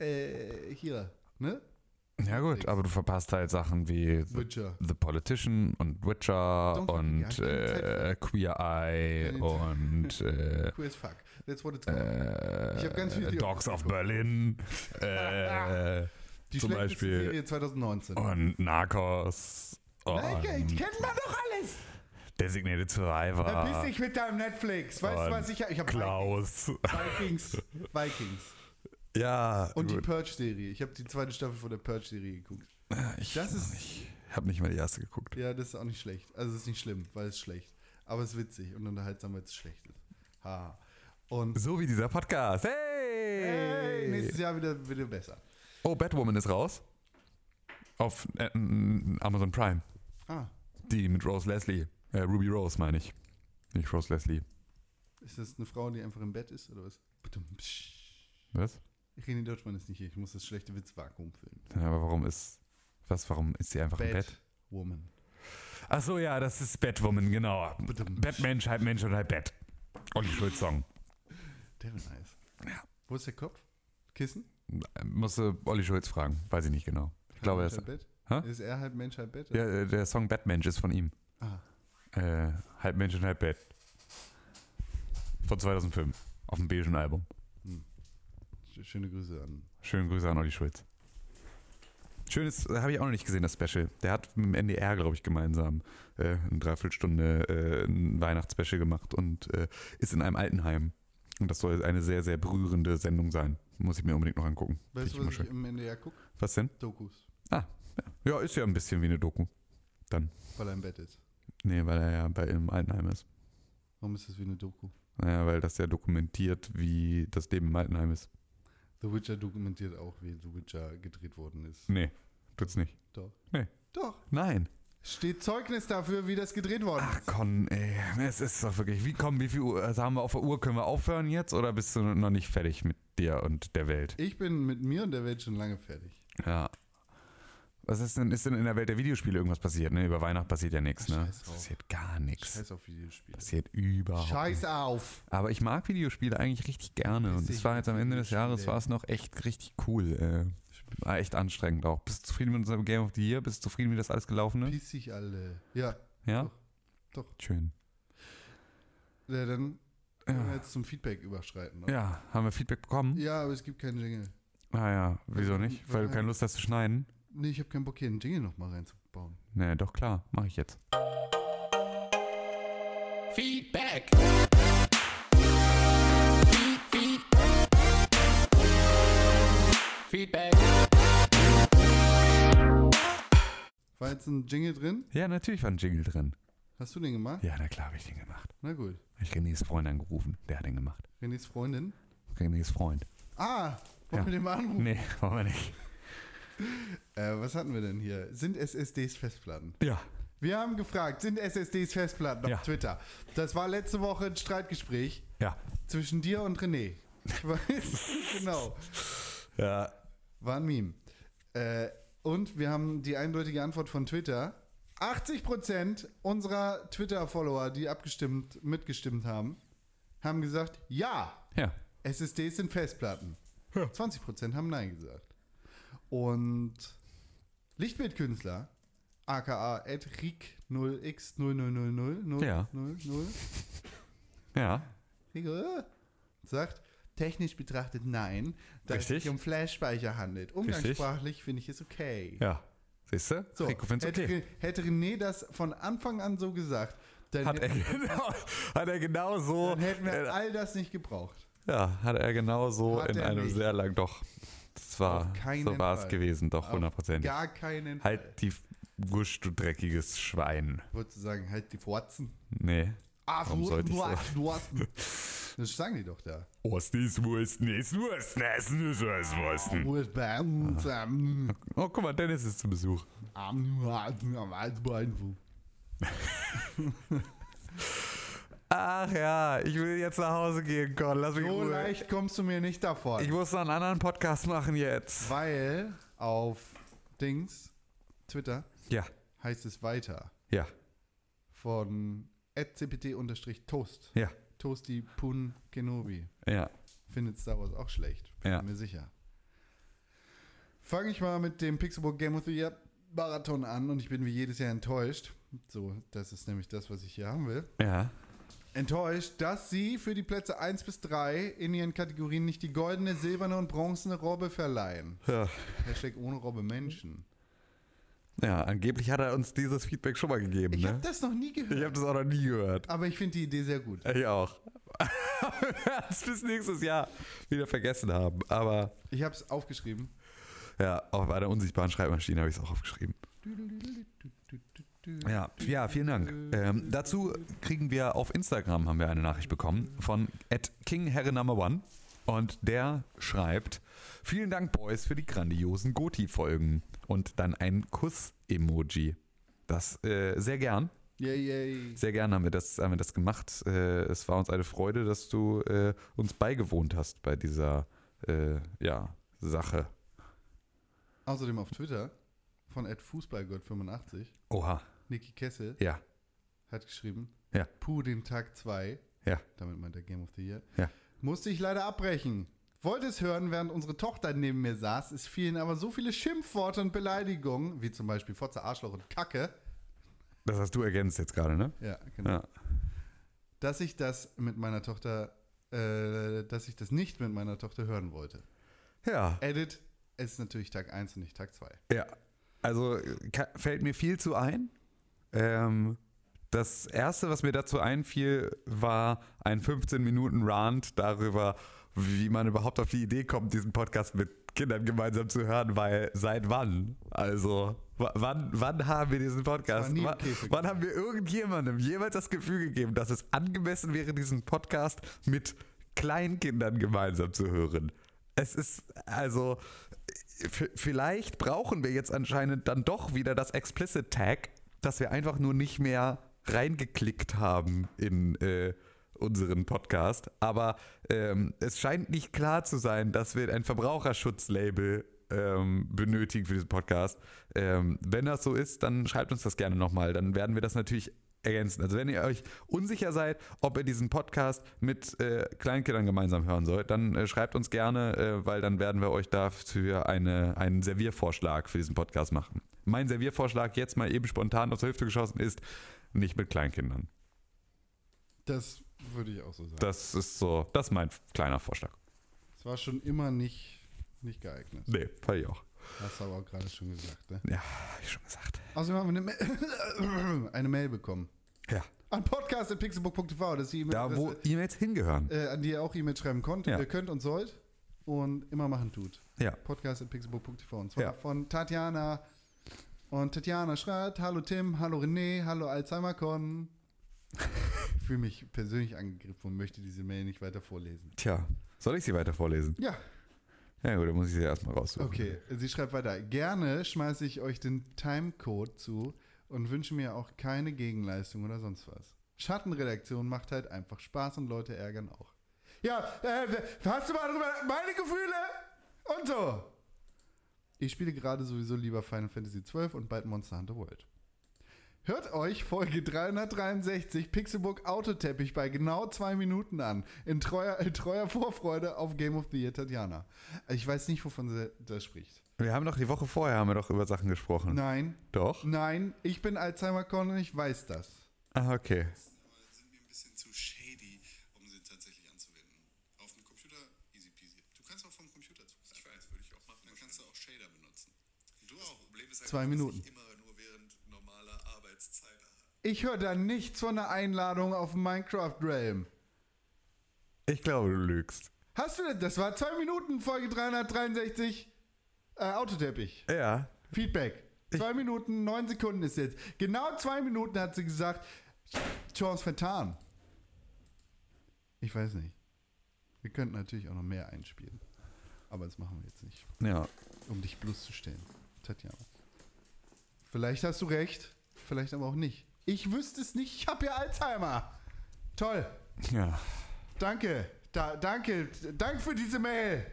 Speaker 2: äh, hier, ne?
Speaker 3: Ja gut, aber du verpasst halt Sachen wie The,
Speaker 2: Witcher.
Speaker 3: The Politician und Witcher
Speaker 2: Don't forget, ja, halt
Speaker 3: und
Speaker 2: keine
Speaker 3: äh, Queer Eye und äh,
Speaker 2: Cool as fuck. That's what it's called.
Speaker 3: äh,
Speaker 2: Ich hab ganz viele
Speaker 3: Dogs of
Speaker 2: geguckt. (laughs)
Speaker 3: Berlin äh,
Speaker 2: Die
Speaker 3: zum
Speaker 2: schlechteste
Speaker 3: Beispiel- Oh
Speaker 2: Serie 2019.
Speaker 3: und Narcos
Speaker 2: Okay,
Speaker 3: und
Speaker 2: kennt man doch alles.
Speaker 3: Designated
Speaker 2: Verpiss
Speaker 3: Survivor
Speaker 2: dich mit deinem Netflix. Weißt du,
Speaker 3: Und
Speaker 2: was ich Ich habe (laughs)
Speaker 3: Klaus.
Speaker 2: Vikings. Vikings.
Speaker 3: Ja,
Speaker 2: Und die
Speaker 3: gut.
Speaker 2: Purge-Serie. Ich habe die zweite Staffel von der Purge-Serie geguckt.
Speaker 3: ich,
Speaker 2: das ist-
Speaker 3: ich habe nicht mal die erste geguckt.
Speaker 2: Ja, das ist auch nicht schlecht. Also es ist nicht schlimm, weil es ist schlecht. Aber es ist witzig und unterhaltsam, weil es schlecht ist. Ha. Und
Speaker 3: So wie dieser Podcast.
Speaker 2: hey,
Speaker 3: Hey!
Speaker 2: nächstes Jahr wieder, wieder besser.
Speaker 3: Oh, Batwoman ist raus. Auf äh, m- Amazon Prime.
Speaker 2: Ah,
Speaker 3: Die mit Rose Leslie. Äh, Ruby Rose meine ich. Nicht Rose Leslie.
Speaker 2: ist das eine Frau, die einfach im Bett ist oder was? Badum, psch.
Speaker 3: Was?
Speaker 2: René Deutschmann ist nicht hier. Ich muss das schlechte Witzvakuum füllen.
Speaker 3: Ja, aber warum ist. Was, warum ist sie einfach im Bett?
Speaker 2: Woman.
Speaker 3: Ach so, ja, das ist Batwoman, genau.
Speaker 2: Badum.
Speaker 3: Batmensch, halb Mensch und halb Bat. Olli Schulz-Song.
Speaker 2: Devil Eyes. Wo ist der Kopf? Kissen?
Speaker 3: Musste Olli Schulz fragen. Weiß ich nicht genau. Ich glaube, er
Speaker 2: Halb
Speaker 3: ist.
Speaker 2: Mensch,
Speaker 3: Hä?
Speaker 2: halb Bett? Ist er halb Mensch, halb Bett?
Speaker 3: Ja, äh, der Song Batmensch ist von ihm.
Speaker 2: Ah.
Speaker 3: Äh, halb Mensch und halb Bat. Von 2005. Auf dem beigen Album.
Speaker 2: Schöne Grüße an.
Speaker 3: Schönen Grüße an Olli Schulz. Schönes, habe ich auch noch nicht gesehen, das Special. Der hat mit dem NDR, glaube ich, gemeinsam äh, eine Dreiviertelstunde äh, ein Weihnachtsspecial gemacht und äh, ist in einem Altenheim. Und das soll eine sehr, sehr berührende Sendung sein. Muss ich mir unbedingt noch angucken. Find
Speaker 2: Weißt
Speaker 3: ich
Speaker 2: du,
Speaker 3: immer
Speaker 2: was
Speaker 3: schön.
Speaker 2: ich im NDR gucke?
Speaker 3: Was denn?
Speaker 2: Dokus,
Speaker 3: Ja, ist ja ein bisschen wie eine Doku.
Speaker 2: weil er im Bett ist.
Speaker 3: Nee, weil er ja bei im Altenheim ist.
Speaker 2: Warum ist das wie eine Doku?
Speaker 3: Naja, weil das ja dokumentiert, wie das Leben im Altenheim ist.
Speaker 2: The Witcher dokumentiert auch, wie The Witcher gedreht worden ist.
Speaker 3: Nee, tut's nicht.
Speaker 2: Doch.
Speaker 3: Nee.
Speaker 2: Doch.
Speaker 3: Nein.
Speaker 2: Steht Zeugnis dafür, wie das gedreht worden ist.
Speaker 3: Ach Con, ey, es ist doch wirklich. Wie kommen, wie viel Uhr also haben wir auf der Uhr? Können wir aufhören jetzt oder bist du noch nicht fertig mit dir und der Welt?
Speaker 2: Ich bin mit mir und der Welt schon lange fertig.
Speaker 3: Ja. Was ist denn, ist denn in der Welt der Videospiele irgendwas passiert? Ne? Über Weihnachten passiert ja nichts, ne?
Speaker 2: Scheiß drauf.
Speaker 3: Passiert gar nichts.
Speaker 2: Scheiß auf Videospiele.
Speaker 3: Passiert überhaupt.
Speaker 2: Scheiß auf!
Speaker 3: Aber ich mag Videospiele eigentlich richtig gerne. Und
Speaker 2: Piss
Speaker 3: es
Speaker 2: dich
Speaker 3: war jetzt am Ende des
Speaker 2: Videospiele.
Speaker 3: Jahres war es noch echt richtig cool. Äh, war echt anstrengend auch. Bist du zufrieden mit unserem Game of the Year? Bist du zufrieden, wie das alles gelaufen ist?
Speaker 2: Piss dich alle. Ja,
Speaker 3: Ja?
Speaker 2: Doch. Doch.
Speaker 3: Schön.
Speaker 2: ja dann können wir
Speaker 3: Ja.
Speaker 2: jetzt zum Feedback überschreiten. oder?
Speaker 3: ja, haben wir Feedback bekommen?
Speaker 2: ja, aber es gibt keinen Jingle.
Speaker 3: Ah ja, wieso nicht? Weil du keine Lust hast zu schneiden?
Speaker 2: Nee, ich habe keinen Bock, hier einen Jingle nochmal reinzubauen.
Speaker 3: Nee, doch klar, mache ich jetzt.
Speaker 5: Feedback. Feedback.
Speaker 2: War jetzt ein Jingle drin?
Speaker 3: Ja, natürlich war ein Jingle drin.
Speaker 2: Hast du den gemacht?
Speaker 3: Ja, na klar habe ich den gemacht.
Speaker 2: Na gut.
Speaker 3: Hab Ich René's Freund angerufen, der hat den gemacht.
Speaker 2: Renés Freundin.
Speaker 3: René's Freund.
Speaker 2: Ah, wollen
Speaker 3: Ja.
Speaker 2: wir den mal anrufen?
Speaker 3: Nee, wollen wir nicht.
Speaker 2: Äh, was hatten wir denn hier? Sind SSDs Festplatten?
Speaker 3: Ja.
Speaker 2: Wir haben gefragt, sind SSDs Festplatten auf
Speaker 3: Ja.
Speaker 2: Twitter? Das war letzte Woche ein Streitgespräch
Speaker 3: Ja.
Speaker 2: zwischen dir und René. Ich weiß, (laughs) genau.
Speaker 3: Ja.
Speaker 2: War ein Meme. Äh, und wir haben die eindeutige Antwort von Twitter. 80% unserer Twitter-Follower, die abgestimmt, mitgestimmt haben, haben gesagt, ja,
Speaker 3: Ja.
Speaker 2: SSDs sind Festplatten.
Speaker 3: Ja.
Speaker 2: 20% haben Nein gesagt. Und Lichtbildkünstler, aka Rick 0x 0000000
Speaker 3: Ja. Ja.
Speaker 2: Rick, äh, sagt, technisch betrachtet nein, da es
Speaker 3: Richtig.
Speaker 2: sich um Flashspeicher handelt. Umgangssprachlich finde ich es okay.
Speaker 3: Ja. Siehst du?
Speaker 2: So,
Speaker 3: Rico find's
Speaker 2: hätte,
Speaker 3: okay.
Speaker 2: Re- hätte René das von Anfang an so gesagt, dann, (laughs)
Speaker 3: Hat er,
Speaker 2: hätten,
Speaker 3: genau, hat er genau so.
Speaker 2: dann
Speaker 3: (laughs)
Speaker 2: hätten wir
Speaker 3: äh,
Speaker 2: all das nicht gebraucht.
Speaker 3: ja, hat er genau so
Speaker 2: Hat
Speaker 3: in
Speaker 2: er
Speaker 3: einem
Speaker 2: nicht.
Speaker 3: sehr lang. Doch. Das war.
Speaker 2: Auf keinen
Speaker 3: So war es
Speaker 2: Fall.
Speaker 3: gewesen, doch,
Speaker 2: Auf
Speaker 3: hundertprozentig.
Speaker 2: Gar keinen Fall.
Speaker 3: Halt die Gusch, du dreckiges Schwein.
Speaker 2: Wolltest du sagen, halt die Forzen.
Speaker 3: Nee.
Speaker 2: Ah,
Speaker 3: Warum sollte ich so?
Speaker 2: Wursten. (laughs) Das sagen die doch da.
Speaker 3: Ostis, Wursten, ist Wursten, Essen ist alles Wursten. Ah.
Speaker 2: Wursten. halt
Speaker 3: Oh, guck mal, Dennis ist zu Besuch. Ach ja, ich will jetzt nach Hause gehen, Con. Lass mich in
Speaker 2: So
Speaker 3: Ruhe.
Speaker 2: leicht kommst du mir nicht davon.
Speaker 3: Ich muss noch einen anderen Podcast machen jetzt.
Speaker 2: weil auf Dings, Twitter,
Speaker 3: Ja,
Speaker 2: heißt es weiter
Speaker 3: ja,
Speaker 2: von cpt-toast.
Speaker 3: ja,
Speaker 2: Toasty Pun Kenobi.
Speaker 3: ja.
Speaker 2: Findet Star Wars auch schlecht. Bin
Speaker 3: Ja.
Speaker 2: mir sicher. Fange ich mal mit dem Pixelbook Game of the Year Marathon an und ich bin wie jedes Jahr enttäuscht. So, das ist nämlich das, was ich hier haben will.
Speaker 3: Ja.
Speaker 2: enttäuscht, dass sie für die Plätze 1 bis 3 in ihren Kategorien nicht die goldene, silberne und bronzene Robbe verleihen.
Speaker 3: Ja.
Speaker 2: Hashtag ohne Robbe Menschen.
Speaker 3: ja, angeblich hat er uns dieses Feedback schon mal gegeben,
Speaker 2: Ich
Speaker 3: ne?
Speaker 2: habe das noch nie gehört.
Speaker 3: ich habe das auch noch nie gehört.
Speaker 2: Aber ich finde die Idee sehr gut.
Speaker 3: Ich auch. (laughs) Wir werden es bis nächstes Jahr wieder vergessen haben. Aber
Speaker 2: Ich habe es aufgeschrieben.
Speaker 3: ja, auf einer unsichtbaren Schreibmaschine habe ich es auch aufgeschrieben. Ja, ja vielen Dank. Ähm, dazu kriegen wir auf Instagram haben wir eine Nachricht bekommen von @kingherre Number One und der schreibt: Vielen Dank, Boys, für die grandiosen Goti-Folgen und dann ein Kuss-Emoji. Das äh, sehr gern.
Speaker 2: Yay, yay.
Speaker 3: Sehr gern haben wir das, haben wir das gemacht. Äh, es war uns eine Freude, dass du äh, uns beigewohnt hast bei dieser äh, ja, Sache.
Speaker 2: Außerdem auf Twitter von Fußballgott85,
Speaker 3: Oha,
Speaker 2: Niki Kessel,
Speaker 3: ja.
Speaker 2: hat geschrieben,
Speaker 3: Ja.
Speaker 2: Puh, den Tag 2,
Speaker 3: Ja.
Speaker 2: damit meint der Game of the Year,
Speaker 3: Ja.
Speaker 2: musste ich leider abbrechen. Wollte es hören, während unsere Tochter neben mir saß. Es fielen aber so viele Schimpfworte und Beleidigungen, wie zum Beispiel Fotze, Arschloch und Kacke,
Speaker 3: Das hast du ergänzt jetzt gerade, ne?
Speaker 2: ja, genau,
Speaker 3: Ja.
Speaker 2: dass ich das mit meiner Tochter, äh, dass ich das nicht mit meiner Tochter hören wollte.
Speaker 3: Ja.
Speaker 2: Edit ist natürlich Tag 1 und nicht Tag 2.
Speaker 3: Ja, also äh, ka- fällt mir viel zu ein. Ähm, das erste, was mir dazu einfiel, war ein 15-Minuten-Rant darüber, wie man überhaupt auf die Idee kommt, diesen Podcast mit Kindern gemeinsam zu hören, weil seit wann? Also, wa- wann, wann haben wir diesen Podcast?
Speaker 2: nie im
Speaker 3: Wa-
Speaker 2: Käfig.
Speaker 3: Wann haben wir irgendjemandem jemals das Gefühl gegeben, dass es angemessen wäre, diesen Podcast mit Kleinkindern gemeinsam zu hören? Es ist also, v- vielleicht brauchen wir jetzt anscheinend dann doch wieder das Explicit Tag, dass wir einfach nur nicht mehr reingeklickt haben in äh, unseren Podcast. Aber ähm, es scheint nicht klar zu sein, dass wir ein Verbraucherschutzlabel ähm, benötigen für diesen Podcast. Ähm, wenn das so ist, dann schreibt uns das gerne nochmal. Dann werden wir das natürlich ergänzen. Also wenn ihr euch unsicher seid, ob ihr diesen Podcast mit äh, Kleinkindern gemeinsam hören sollt, dann äh, schreibt uns gerne, äh, weil dann werden wir euch dafür eine, einen Serviervorschlag für diesen Podcast machen. Mein Serviervorschlag jetzt mal eben spontan aus der Hüfte geschossen ist, nicht mit Kleinkindern.
Speaker 2: Das würde ich auch so sagen.
Speaker 3: Das ist so, das ist mein kleiner Vorschlag.
Speaker 2: Es war schon immer nicht, nicht geeignet.
Speaker 3: Nee, fand ich auch.
Speaker 2: Hast du aber auch gerade schon gesagt, ne?
Speaker 3: Ja, hab ich schon gesagt.
Speaker 2: Außerdem haben wir eine, Ma (coughs) eine Mail bekommen.
Speaker 3: Ja,
Speaker 2: An podcast.pixelbook.tv, dass ihr
Speaker 3: da wo E-Mails hingehören.
Speaker 2: äh, an die ihr auch E-Mail schreiben konnt,
Speaker 3: Ja.
Speaker 2: ihr könnt und sollt und immer machen tut.
Speaker 3: Ja,
Speaker 2: Podcast.pixelbook.tv und zwar
Speaker 3: Ja.
Speaker 2: von Tatjana. Und Tatjana schreibt, hallo Tim, hallo René,
Speaker 3: (laughs)
Speaker 2: hallo Alzheimer-Con. ich fühle mich persönlich angegriffen und möchte diese Mail nicht weiter vorlesen.
Speaker 3: tja. Soll ich sie weiter vorlesen?
Speaker 2: Ja,
Speaker 3: Ja gut, dann muss ich sie erstmal raussuchen.
Speaker 2: Okay, sie schreibt weiter. Gerne schmeiße ich euch den Timecode zu und wünsche mir auch keine Gegenleistung oder sonst was. Schattenredaktion macht halt einfach Spaß und Leute ärgern auch. Ja, äh, hast du mal drüber meine Gefühle und so. Ich spiele gerade sowieso lieber Final Fantasy XII und bald Monster Hunter World. Hört euch Folge 363 Pixelburg Autoteppich bei genau zwei Minuten an. In treuer, in treuer Vorfreude auf Game of the Year Tatjana. Ich weiß nicht, wovon sie da spricht.
Speaker 3: Wir haben doch die Woche vorher haben wir doch über Sachen gesprochen.
Speaker 2: Nein,
Speaker 3: Doch?
Speaker 2: nein, ich bin Alzheimer-Con und ich weiß das.
Speaker 3: Ah, okay.
Speaker 5: sind mir ein bisschen zu shady, um sie tatsächlich anzuwenden. Auf dem Computer easy peasy. Du kannst auch vom Computer zugreifen. Ich weiß, würde ich auch machen. Dann kannst du auch Shader benutzen. Du auch. Problem ist
Speaker 2: Zwei Minuten.
Speaker 5: ich immer nur während normaler Arbeitszeit
Speaker 2: Ich höre da nichts von einer Einladung auf Minecraft Realm.
Speaker 3: Ich glaube, du lügst.
Speaker 2: Hast du das? Das war zwei Minuten Folge 363 äh, Autoteppich.
Speaker 3: Ja.
Speaker 2: Feedback. Zwei Minuten, neun Sekunden ist jetzt. Genau zwei Minuten hat sie gesagt. Chance vertan. Ich weiß nicht. Wir könnten natürlich auch noch mehr einspielen. Aber das machen wir jetzt nicht.
Speaker 3: Ja.
Speaker 2: Um dich bloßzustellen, Tatjana. Vielleicht hast du recht, vielleicht aber auch nicht. Ich wüsste es nicht, ich habe ja Alzheimer. Toll,
Speaker 3: Ja.
Speaker 2: danke. Da, danke, danke für diese Mail.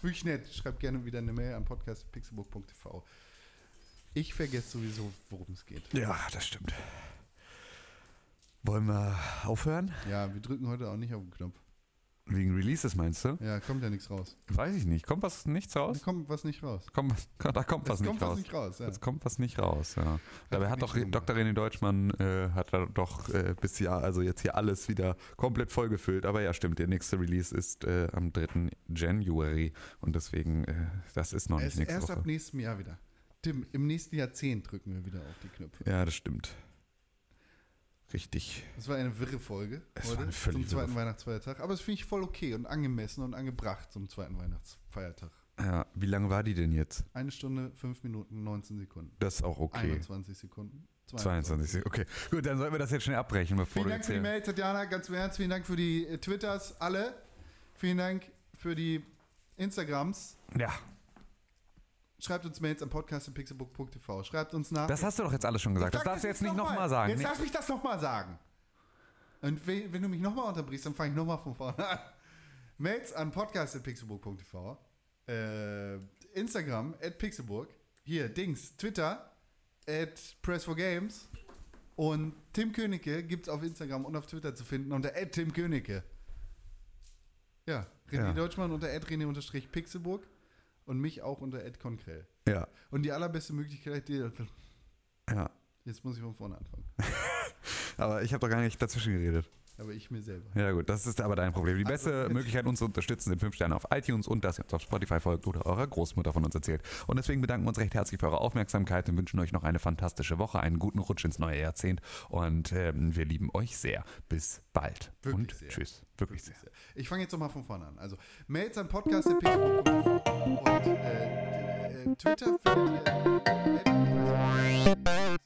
Speaker 2: Wirklich nett. Schreibt gerne wieder eine Mail an podcast.pixelburg.tv. Ich vergesse sowieso, worum es geht.
Speaker 3: Ja, das stimmt. Wollen wir aufhören?
Speaker 2: Ja, wir drücken heute auch nicht auf den Knopf.
Speaker 3: Wegen Releases meinst du?
Speaker 2: Ja, kommt ja nichts raus.
Speaker 3: Weiß ich nicht. Kommt was nichts
Speaker 2: Da
Speaker 3: raus?
Speaker 2: kommt was nicht raus.
Speaker 3: Kommt, was- (laughs) da kommt was
Speaker 2: es
Speaker 3: nicht
Speaker 2: kommt
Speaker 3: raus.
Speaker 2: was nicht raus. Ja.
Speaker 3: Es kommt was nicht raus, ja. Dabei hat
Speaker 2: nicht
Speaker 3: doch
Speaker 2: so gemacht.
Speaker 3: Dr. René Deutschmann äh, hat da doch äh, bis Jahr, also jetzt hier alles wieder komplett vollgefüllt. Aber ja, stimmt, der nächste Release ist äh, am 3. January und deswegen, äh, das ist noch
Speaker 2: Es
Speaker 3: nicht
Speaker 2: ist
Speaker 3: nächste
Speaker 2: erst ab
Speaker 3: Woche.
Speaker 2: nächstem Jahr wieder. Tim, im nächsten Jahrzehnt drücken wir wieder auf die Knöpfe.
Speaker 3: Ja, das stimmt. Richtig.
Speaker 2: Das war eine wirre Folge
Speaker 3: Es war
Speaker 2: heute
Speaker 3: eine völlig
Speaker 2: zum zweiten
Speaker 3: wirre-
Speaker 2: Weihnachtsfeiertag. Aber das finde ich voll okay und angemessen und angebracht zum zweiten Weihnachtsfeiertag.
Speaker 3: Ja, wie lange war die denn jetzt?
Speaker 2: Eine Stunde, fünf Minuten, 19 Sekunden.
Speaker 3: Das ist auch okay.
Speaker 2: 21 Sekunden.
Speaker 3: 22. Okay, gut, dann sollten wir das jetzt schnell abbrechen, bevor
Speaker 2: Vielen
Speaker 3: du
Speaker 2: Dank für die
Speaker 3: jetzt hier-
Speaker 2: Mail, Tatjana, ganz im Ernst. Vielen Dank für die äh, Twitters, alle. Vielen Dank für die Instagrams.
Speaker 3: Ja,
Speaker 2: Schreibt uns Mails am Podcast pixelbook.tv. Schreibt uns nach.
Speaker 3: das hast du doch jetzt alles schon gesagt. Das
Speaker 2: Sag
Speaker 3: darfst du jetzt nicht
Speaker 2: noch mal.
Speaker 3: nochmal sagen. ne?
Speaker 2: Jetzt
Speaker 3: Nee.
Speaker 2: lass mich das nochmal sagen. Und we- wenn du mich nochmal unterbrichst, dann fange ich nochmal von vorne an. Mails an podcast.pixelburg.tv, äh, Instagram at pixelburg, hier Dings, Twitter at press4games und Tim Königke gibt's auf Instagram und auf Twitter zu finden unter at Tim Königke. Ja, René
Speaker 3: Ja.
Speaker 2: Deutschmann unter at René-pixelburg und mich auch unter at Konkrell.
Speaker 3: Ja,
Speaker 2: Und die allerbeste Möglichkeit, die,
Speaker 3: ja.
Speaker 2: jetzt muss ich von vorne anfangen.
Speaker 3: Aber ich habe doch gar nicht dazwischen geredet.
Speaker 2: Aber ich mir selber.
Speaker 3: Ja gut, das ist aber dein Problem. Die beste
Speaker 2: Also, jetzt-
Speaker 3: Möglichkeit, uns zu unterstützen, sind 5 Sterne auf iTunes und dass ihr uns auf Spotify folgt oder eurer Großmutter von uns erzählt. Und deswegen bedanken wir uns recht herzlich für eure Aufmerksamkeit und wünschen euch noch eine fantastische Woche, einen guten Rutsch ins neue Jahrzehnt und ähm, wir lieben euch sehr. Bis bald
Speaker 2: Wirklich
Speaker 3: und
Speaker 2: sehr.
Speaker 3: tschüss. Wirklich sehr.
Speaker 2: Ich fange jetzt nochmal von vorne an. Also, Mails an Podcast und äh, äh, Twitter findet ihr.